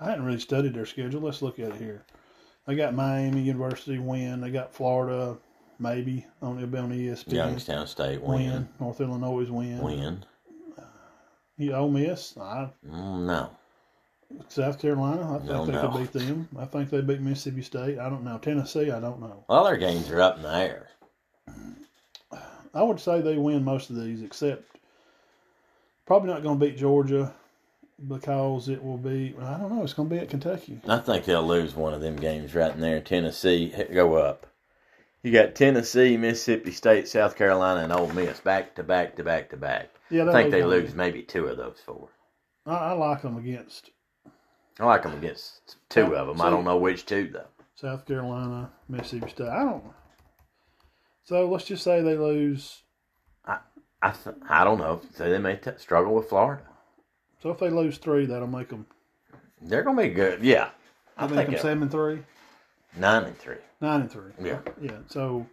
[SPEAKER 2] I hadn't really studied their schedule. Let's look at it here. They got Miami University win. They got Florida, maybe on it'll be on E ESPN.
[SPEAKER 1] Youngstown State
[SPEAKER 2] win.
[SPEAKER 1] win.
[SPEAKER 2] North Illinois win.
[SPEAKER 1] Win.
[SPEAKER 2] You Ole Miss. I,
[SPEAKER 1] Mm, No.
[SPEAKER 2] South Carolina. I think
[SPEAKER 1] No,
[SPEAKER 2] they
[SPEAKER 1] no.
[SPEAKER 2] could beat them. I think they beat Mississippi State. I don't know. Tennessee. I don't know.
[SPEAKER 1] Well, their games are up in the air.
[SPEAKER 2] I would say they win most of these, except probably not going to beat Georgia because it will be. I don't know. It's going to be at Kentucky.
[SPEAKER 1] I think they'll lose one of them games right in there. Tennessee he- go up. You got Tennessee, Mississippi State, South Carolina, and Ole Miss back to back to back to back.
[SPEAKER 2] Yeah,
[SPEAKER 1] I
[SPEAKER 2] that'll
[SPEAKER 1] think
[SPEAKER 2] be
[SPEAKER 1] they
[SPEAKER 2] one.
[SPEAKER 1] lose maybe two of those four.
[SPEAKER 2] I, I like them against
[SPEAKER 1] I like them against two of them. I don't know which two though.
[SPEAKER 2] South Carolina, Mississippi State. I don't. So let's just say they lose.
[SPEAKER 1] I th- I don't know. So they may t- struggle with Florida.
[SPEAKER 2] So if they lose three, that'll make them.
[SPEAKER 1] They're gonna be good. Yeah, I
[SPEAKER 2] That'll
[SPEAKER 1] think
[SPEAKER 2] make them
[SPEAKER 1] it-
[SPEAKER 2] seven and three,
[SPEAKER 1] nine and three.
[SPEAKER 2] nine and three.
[SPEAKER 1] Yeah.
[SPEAKER 2] Yeah. So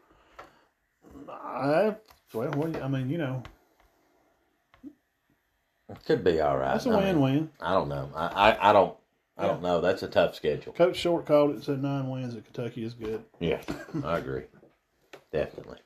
[SPEAKER 2] I well, what, do you- I mean, you know,
[SPEAKER 1] It could be all right.
[SPEAKER 2] that's a
[SPEAKER 1] I mean,
[SPEAKER 2] win-win.
[SPEAKER 1] I don't know. I, I, I don't I don't know. That's a tough schedule.
[SPEAKER 2] Coach Short called it. Said nine wins at Kentucky is good.
[SPEAKER 1] Yeah, I agree. Definitely.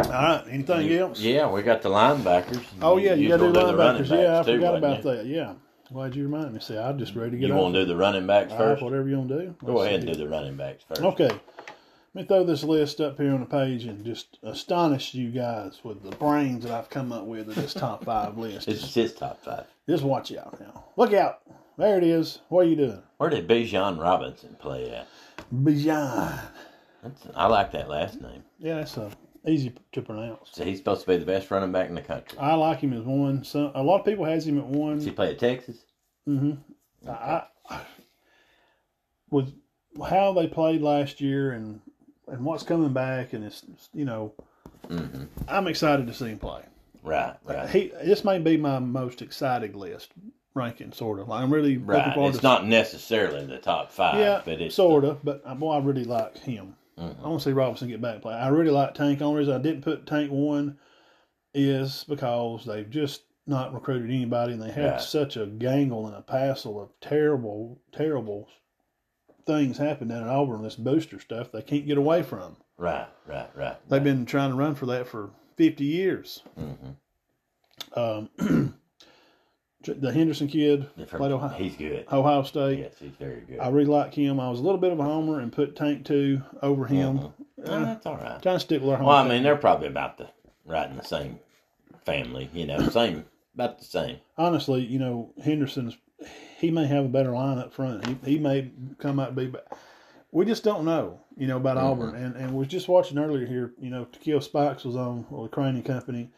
[SPEAKER 2] All right. Anything else?
[SPEAKER 1] Yeah, we got the linebackers.
[SPEAKER 2] Oh yeah, you,
[SPEAKER 1] was
[SPEAKER 2] got to do
[SPEAKER 1] gonna the running
[SPEAKER 2] linebackers. Yeah, I
[SPEAKER 1] backs too,
[SPEAKER 2] forgot
[SPEAKER 1] wasn't
[SPEAKER 2] about
[SPEAKER 1] you?
[SPEAKER 2] that. Yeah. Glad you reminded me. See, I'm just ready to get
[SPEAKER 1] You
[SPEAKER 2] off.
[SPEAKER 1] want to do the running backs
[SPEAKER 2] All right,
[SPEAKER 1] first?
[SPEAKER 2] whatever you want to do.
[SPEAKER 1] Go
[SPEAKER 2] Let's
[SPEAKER 1] ahead and
[SPEAKER 2] see.
[SPEAKER 1] do the running backs first.
[SPEAKER 2] Okay. Let me throw this list up here on the page and just astonish you guys with the brains that I've come up with in this top five list.
[SPEAKER 1] This is his top five.
[SPEAKER 2] Just watch out now. Look out. There it is. What are you doing?
[SPEAKER 1] Where did Bijan Robinson play at?
[SPEAKER 2] Bijan.
[SPEAKER 1] That's, I like that last name.
[SPEAKER 2] Yeah, that's uh, easy to pronounce.
[SPEAKER 1] So he's supposed to be the best running back in the country.
[SPEAKER 2] I like him as one. Some, a lot of people has him at one.
[SPEAKER 1] Does he play at Texas?
[SPEAKER 2] hmm I, I- with how they played last year and and what's coming back and it's you know,
[SPEAKER 1] Mm-hmm.
[SPEAKER 2] I'm excited to see him play.
[SPEAKER 1] Right, right.
[SPEAKER 2] He this may be my most exciting list ranking, sort of. Like I'm really looking
[SPEAKER 1] Right.
[SPEAKER 2] forward
[SPEAKER 1] It's
[SPEAKER 2] to
[SPEAKER 1] not necessarily the top five,
[SPEAKER 2] yeah,
[SPEAKER 1] but it's mm,
[SPEAKER 2] sort of. But uh, boy, I really like him. I want to see Robinson get back and play. I really like Tank. Only reason I didn't put Tank one is because they've just not recruited anybody, and they had
[SPEAKER 1] Right.
[SPEAKER 2] such a gangle and a passel of terrible, terrible things happen down in Auburn. This booster stuff they can't get away from.
[SPEAKER 1] right, right, right.
[SPEAKER 2] They've been trying to run for that for 50 years.
[SPEAKER 1] Mm-hmm.
[SPEAKER 2] Um, the Henderson kid played Ohio,
[SPEAKER 1] He's good.
[SPEAKER 2] Ohio State.
[SPEAKER 1] Yes, he's very good.
[SPEAKER 2] I really like him. I was a little bit of a homer and put Tank two over him.
[SPEAKER 1] Mhm.
[SPEAKER 2] Uh,
[SPEAKER 1] Oh, that's all right.
[SPEAKER 2] Trying to stick with our home.
[SPEAKER 1] Well, I mean, they're probably about the right in the same family, you know, same about the same.
[SPEAKER 2] honestly, you know, Henderson's he may have a better line up front. He, he may come out to be, but we just don't know, you know, about Auburn. And and we was just watching earlier here, you know, Takeo Spikes was on with Crane and Company,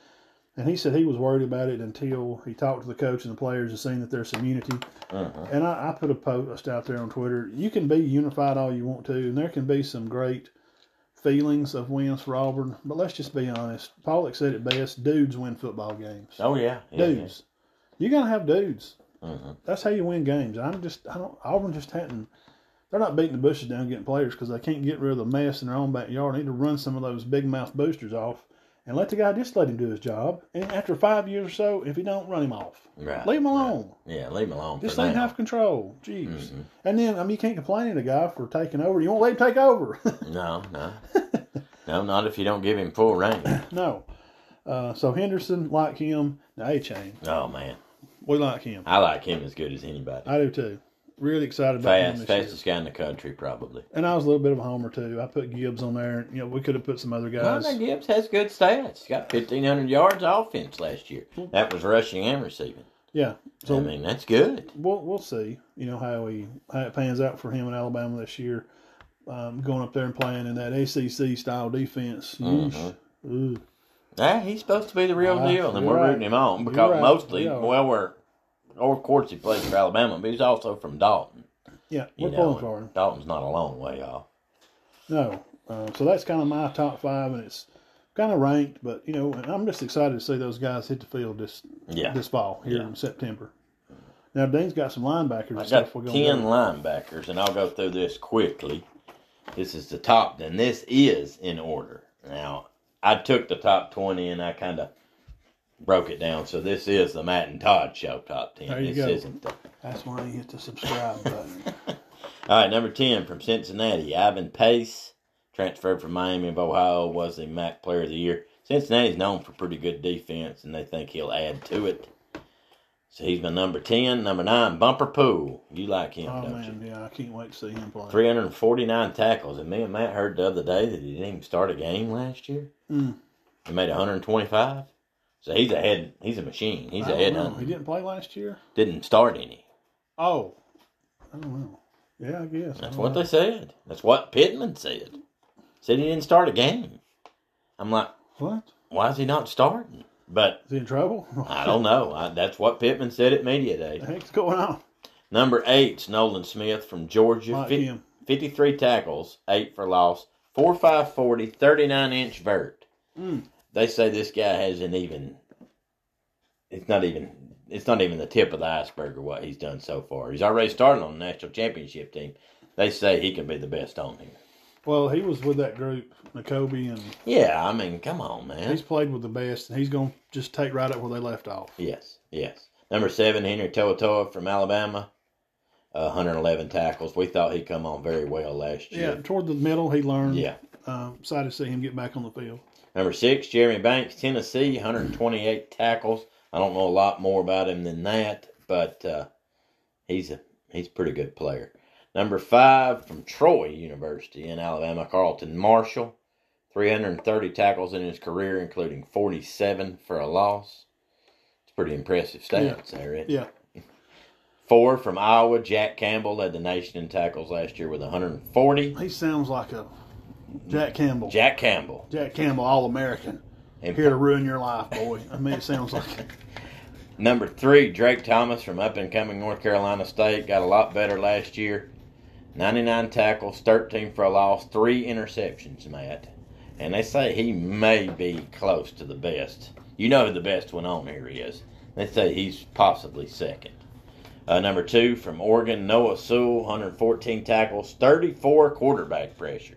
[SPEAKER 2] and he said he was worried about it until he talked to the coach and the players and seen that there's some unity.
[SPEAKER 1] Mhm.
[SPEAKER 2] And I, I put a post out there on Twitter. You can be unified all you want to, and there can be some great feelings of wins for Auburn. But let's just be honest. Pollock said it best: dudes win football games
[SPEAKER 1] Oh yeah, yeah, yeah.
[SPEAKER 2] dudes. You gotta have dudes.
[SPEAKER 1] Mhm.
[SPEAKER 2] That's how you win games. I'm just I don't Auburn just hadn't. They're not beating the bushes down getting players because they can't get rid of the mess in their own backyard. They need to run some of those big mouth boosters off and let the guy just let him do his job. And after five years or so, if he don't run him off,
[SPEAKER 1] Right.
[SPEAKER 2] leave him alone.
[SPEAKER 1] Yeah, leave him alone.
[SPEAKER 2] This
[SPEAKER 1] for
[SPEAKER 2] thing
[SPEAKER 1] now.
[SPEAKER 2] have control. Jeez.
[SPEAKER 1] Mhm.
[SPEAKER 2] And then I mean you can't complain to the guy for taking over. You won't let him take over.
[SPEAKER 1] No, no, no, not if you don't give him full reign.
[SPEAKER 2] no. Uh, so Henderson like him. Now A chain.
[SPEAKER 1] Oh man,
[SPEAKER 2] We like him.
[SPEAKER 1] I like him as good as anybody.
[SPEAKER 2] I do too. Really excited about him
[SPEAKER 1] Fast,
[SPEAKER 2] this year.
[SPEAKER 1] fastest guy in the country probably.
[SPEAKER 2] And I was a little bit of a homer too. I put Gibbs on there. You know, we could have put some other
[SPEAKER 1] Well,
[SPEAKER 2] guys.
[SPEAKER 1] now Gibbs has good stats. He got fifteen hundred yards offense last year. That was rushing and receiving.
[SPEAKER 2] Yeah.
[SPEAKER 1] I
[SPEAKER 2] So
[SPEAKER 1] mean, that's good.
[SPEAKER 2] we'll we'll see. You know how he how it pans out for him in Alabama this year. Um, going up there and playing in that ACC style defense. Yeesh.
[SPEAKER 1] Mhm.
[SPEAKER 2] Ooh.
[SPEAKER 1] Yeah, Ah, he's supposed to be the real
[SPEAKER 2] Uh,
[SPEAKER 1] deal, and
[SPEAKER 2] you're
[SPEAKER 1] we're
[SPEAKER 2] right.
[SPEAKER 1] rooting him on
[SPEAKER 2] You're
[SPEAKER 1] because
[SPEAKER 2] right.
[SPEAKER 1] mostly,
[SPEAKER 2] We are.
[SPEAKER 1] well, we're, or of course, he plays for Alabama, but he's also from Dalton.
[SPEAKER 2] Yeah,
[SPEAKER 1] You
[SPEAKER 2] we're
[SPEAKER 1] know,
[SPEAKER 2] pulling
[SPEAKER 1] and
[SPEAKER 2] for him.
[SPEAKER 1] Dalton's not a long way off.
[SPEAKER 2] No. Um, so that's kind of my top five, and it's kind of ranked, but you know, and I'm just excited to see those guys hit the field this
[SPEAKER 1] Yeah,
[SPEAKER 2] this fall here
[SPEAKER 1] Yeah.
[SPEAKER 2] in September. Now Dean's got some linebackers and
[SPEAKER 1] I
[SPEAKER 2] stuff
[SPEAKER 1] got
[SPEAKER 2] we're
[SPEAKER 1] ten
[SPEAKER 2] going to
[SPEAKER 1] linebackers, and I'll go through this quickly. This is the top, and this is in order. Now, I took the top twenty, and I kind of broke it down. So this is the Matt and Todd Show top ten.
[SPEAKER 2] There you
[SPEAKER 1] this
[SPEAKER 2] go.
[SPEAKER 1] isn't the
[SPEAKER 2] That's why you hit the subscribe button.
[SPEAKER 1] All right, number 10 from Cincinnati, Ivan Pace, transferred from Miami of Ohio, was the MAC Player of the Year. Cincinnati's known for pretty good defense, and they think he'll add to it. So he's my number 10. Number 9, Bumper Pool. You like him,
[SPEAKER 2] Oh
[SPEAKER 1] don't
[SPEAKER 2] man, yeah, I can't wait to see him play.
[SPEAKER 1] you? 349 tackles, and me and Matt heard the other day that he didn't even start a game last year.
[SPEAKER 2] Mm.
[SPEAKER 1] He made 125. So he's a head. He's a machine. He's
[SPEAKER 2] I
[SPEAKER 1] a
[SPEAKER 2] don't
[SPEAKER 1] head
[SPEAKER 2] know.
[SPEAKER 1] hunter.
[SPEAKER 2] He didn't play last year.
[SPEAKER 1] Didn't start any.
[SPEAKER 2] Oh, I don't know. Yeah, I guess.
[SPEAKER 1] That's
[SPEAKER 2] I don't
[SPEAKER 1] what
[SPEAKER 2] know.
[SPEAKER 1] they said. That's what Pittman said. Said he didn't start a game. I'm like,
[SPEAKER 2] What?
[SPEAKER 1] why is he not starting? But
[SPEAKER 2] Is he in trouble?
[SPEAKER 1] I don't know. I, that's what Pittman said at media
[SPEAKER 2] the
[SPEAKER 1] day.
[SPEAKER 2] heck's going on?
[SPEAKER 1] Number eight's Nolan Smith from Georgia.
[SPEAKER 2] Like
[SPEAKER 1] Fif-
[SPEAKER 2] him.
[SPEAKER 1] 53 tackles, 8 for loss, 4 5 40, 39 inch vert.
[SPEAKER 2] Mm.
[SPEAKER 1] They say this guy hasn't even, it's not even, it's not even the tip of the iceberg of what he's done so far. He's already started on the national championship team. They say he can be the best on here.
[SPEAKER 2] Well, he was with that group, Nakobe, and
[SPEAKER 1] Yeah, I mean, come on, man.
[SPEAKER 2] he's played with the best, and he's going to just take right up where they left off.
[SPEAKER 1] yes, yes. Number seven, Henry Toatoa from Alabama, uh, 111 tackles. We thought he'd come on very well last
[SPEAKER 2] Yeah,
[SPEAKER 1] year.
[SPEAKER 2] toward the middle, he learned.
[SPEAKER 1] Yeah.
[SPEAKER 2] Um, excited to see him get back on the field.
[SPEAKER 1] Number six, Jeremy Banks, Tennessee, 128 tackles. I don't know a lot more about him than that, but uh, he's a he's a pretty good player. Number five from Troy University in Alabama, Carlton Marshall, 330 tackles in his career, including 47 for a loss. It's pretty impressive stats there. isn't it?
[SPEAKER 2] Yeah.
[SPEAKER 1] Four from Iowa, Jack Campbell led the nation in tackles last year with 140.
[SPEAKER 2] He sounds like a Jack Campbell. Jack,
[SPEAKER 1] Jack Campbell.
[SPEAKER 2] Campbell, All American.
[SPEAKER 1] And
[SPEAKER 2] Here to ruin your life, boy. I mean, it sounds like it.
[SPEAKER 1] Number three, Drake Thomas from up and coming North Carolina State got a lot better last year. 99 tackles, 13 for a loss, three interceptions, Matt. And they say he may be close to the best. You know who the best one on here is. They say he's possibly second. Uh, number two from Oregon, Noah Sewell, 114 tackles, 34 quarterback pressures.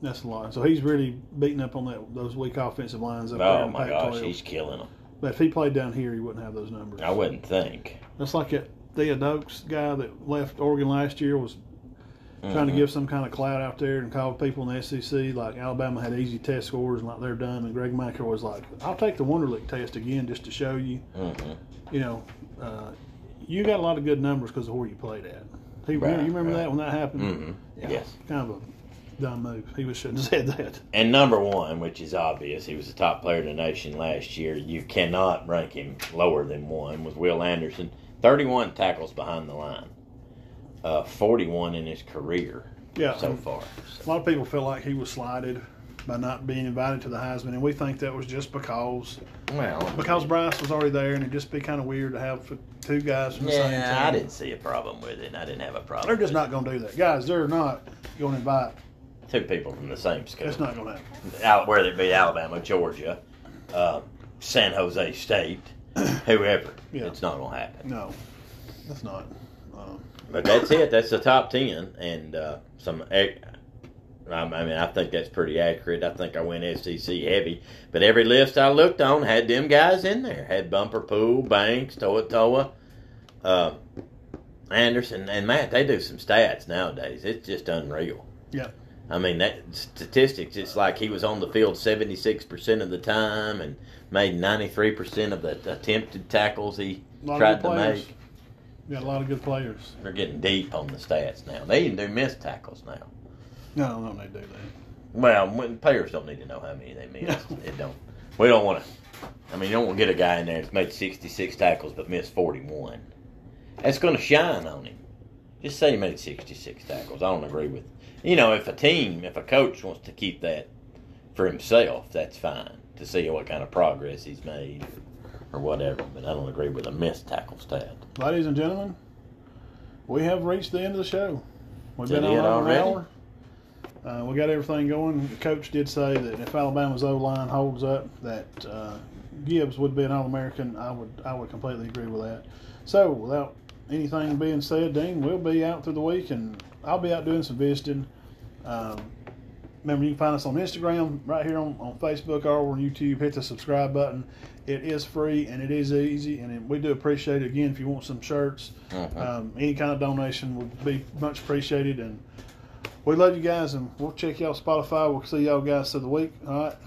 [SPEAKER 2] That's a lot. So he's really beating up on that those weak offensive lines up there
[SPEAKER 1] Oh
[SPEAKER 2] in
[SPEAKER 1] my
[SPEAKER 2] Pac-12.
[SPEAKER 1] gosh, he's killing them.
[SPEAKER 2] But if he played down here, he wouldn't have those numbers.
[SPEAKER 1] I wouldn't think.
[SPEAKER 2] That's like that Thea Dokes guy that left Oregon last year was trying to
[SPEAKER 1] Mm-hmm.
[SPEAKER 2] give some kind of clout out there and called people in the SEC like Alabama had easy test scores and like they're dumb. And Greg Michael was like, I'll take the Wonderlic test again just to show you.
[SPEAKER 1] Mm-hmm.
[SPEAKER 2] You know, uh, you got a lot of good numbers because of where you played at. He,
[SPEAKER 1] Right,
[SPEAKER 2] you remember
[SPEAKER 1] right.
[SPEAKER 2] that when that happened?
[SPEAKER 1] Mm-hmm.
[SPEAKER 2] Yeah,
[SPEAKER 1] Yes.
[SPEAKER 2] Kind of a dumb move. He was shouldn't have said that.
[SPEAKER 1] And number one, which is obvious, he was the top player in the nation last year. You cannot rank him lower than one. Was Will Anderson, thirty-one tackles behind the line, uh, forty-one in his career
[SPEAKER 2] Yeah.
[SPEAKER 1] so far. So,
[SPEAKER 2] A lot of people feel like he was slighted by not being invited to the Heisman, and we think that was just because
[SPEAKER 1] well,
[SPEAKER 2] because Bryce was already there, and it'd just be kind of weird to have f- two guys from the same team.
[SPEAKER 1] yeah, I didn't see a problem with it. and I didn't have a problem.
[SPEAKER 2] They're just
[SPEAKER 1] with
[SPEAKER 2] not going to do that, guys. They're not going to invite.
[SPEAKER 1] it. two people from the same school.
[SPEAKER 2] That's not going to happen.
[SPEAKER 1] Al- whether it be Alabama, Georgia, uh, San Jose State, whoever.
[SPEAKER 2] Yeah.
[SPEAKER 1] It's not gonna happen.
[SPEAKER 2] No, that's not. Um,
[SPEAKER 1] But that's it. That's the top ten, and uh, some. ac- I mean, I think that's pretty accurate. I think I went SEC heavy, but every list I looked on had them guys in there. Had Bumper Pool, Banks, Toa Toa, uh, Anderson, and Matt. They do some stats nowadays. It's just unreal.
[SPEAKER 2] Yeah.
[SPEAKER 1] I mean, that statistics. It's like he was on the field seventy six percent of the time and made ninety three percent of the attempted tackles he
[SPEAKER 2] a lot
[SPEAKER 1] tried
[SPEAKER 2] of good
[SPEAKER 1] to
[SPEAKER 2] players.
[SPEAKER 1] make.
[SPEAKER 2] Yeah, a lot of good players.
[SPEAKER 1] They're getting deep on the stats now. They even do missed tackles now.
[SPEAKER 2] No, no, they do that.
[SPEAKER 1] Well, when players don't need to know how many they missed.
[SPEAKER 2] No.
[SPEAKER 1] It don't. We don't want to I mean, you don't want to get a guy in there that's made 66 tackles but missed 41. That's going to shine on him. Just say he made 66 tackles. I don't agree with. You know, if a team, if a coach wants to keep that for himself, that's fine to see what kind of progress he's made or whatever. But I don't agree with a missed tackle stat.
[SPEAKER 2] Ladies and gentlemen, we have reached the end of the show. We've
[SPEAKER 1] Did
[SPEAKER 2] been
[SPEAKER 1] it
[SPEAKER 2] on over an
[SPEAKER 1] already?
[SPEAKER 2] hour. Uh, we got everything going. The coach did say that if Alabama's O line holds up, that uh, Gibbs would be an All American. I would I would completely agree with that. So without anything being said, Dean, we'll be out through the week, and I'll be out doing some visiting. Um, remember, you can find us on Instagram, right here on, on Facebook, or on YouTube. Hit the subscribe button. It is free and it is easy, and it- we do appreciate it. Again, if you want some shirts,
[SPEAKER 1] Mhm.
[SPEAKER 2] um, any kind of donation would be much appreciated. And we love you guys, and we'll check y'all Spotify. We'll see y'all guys through the week. All right.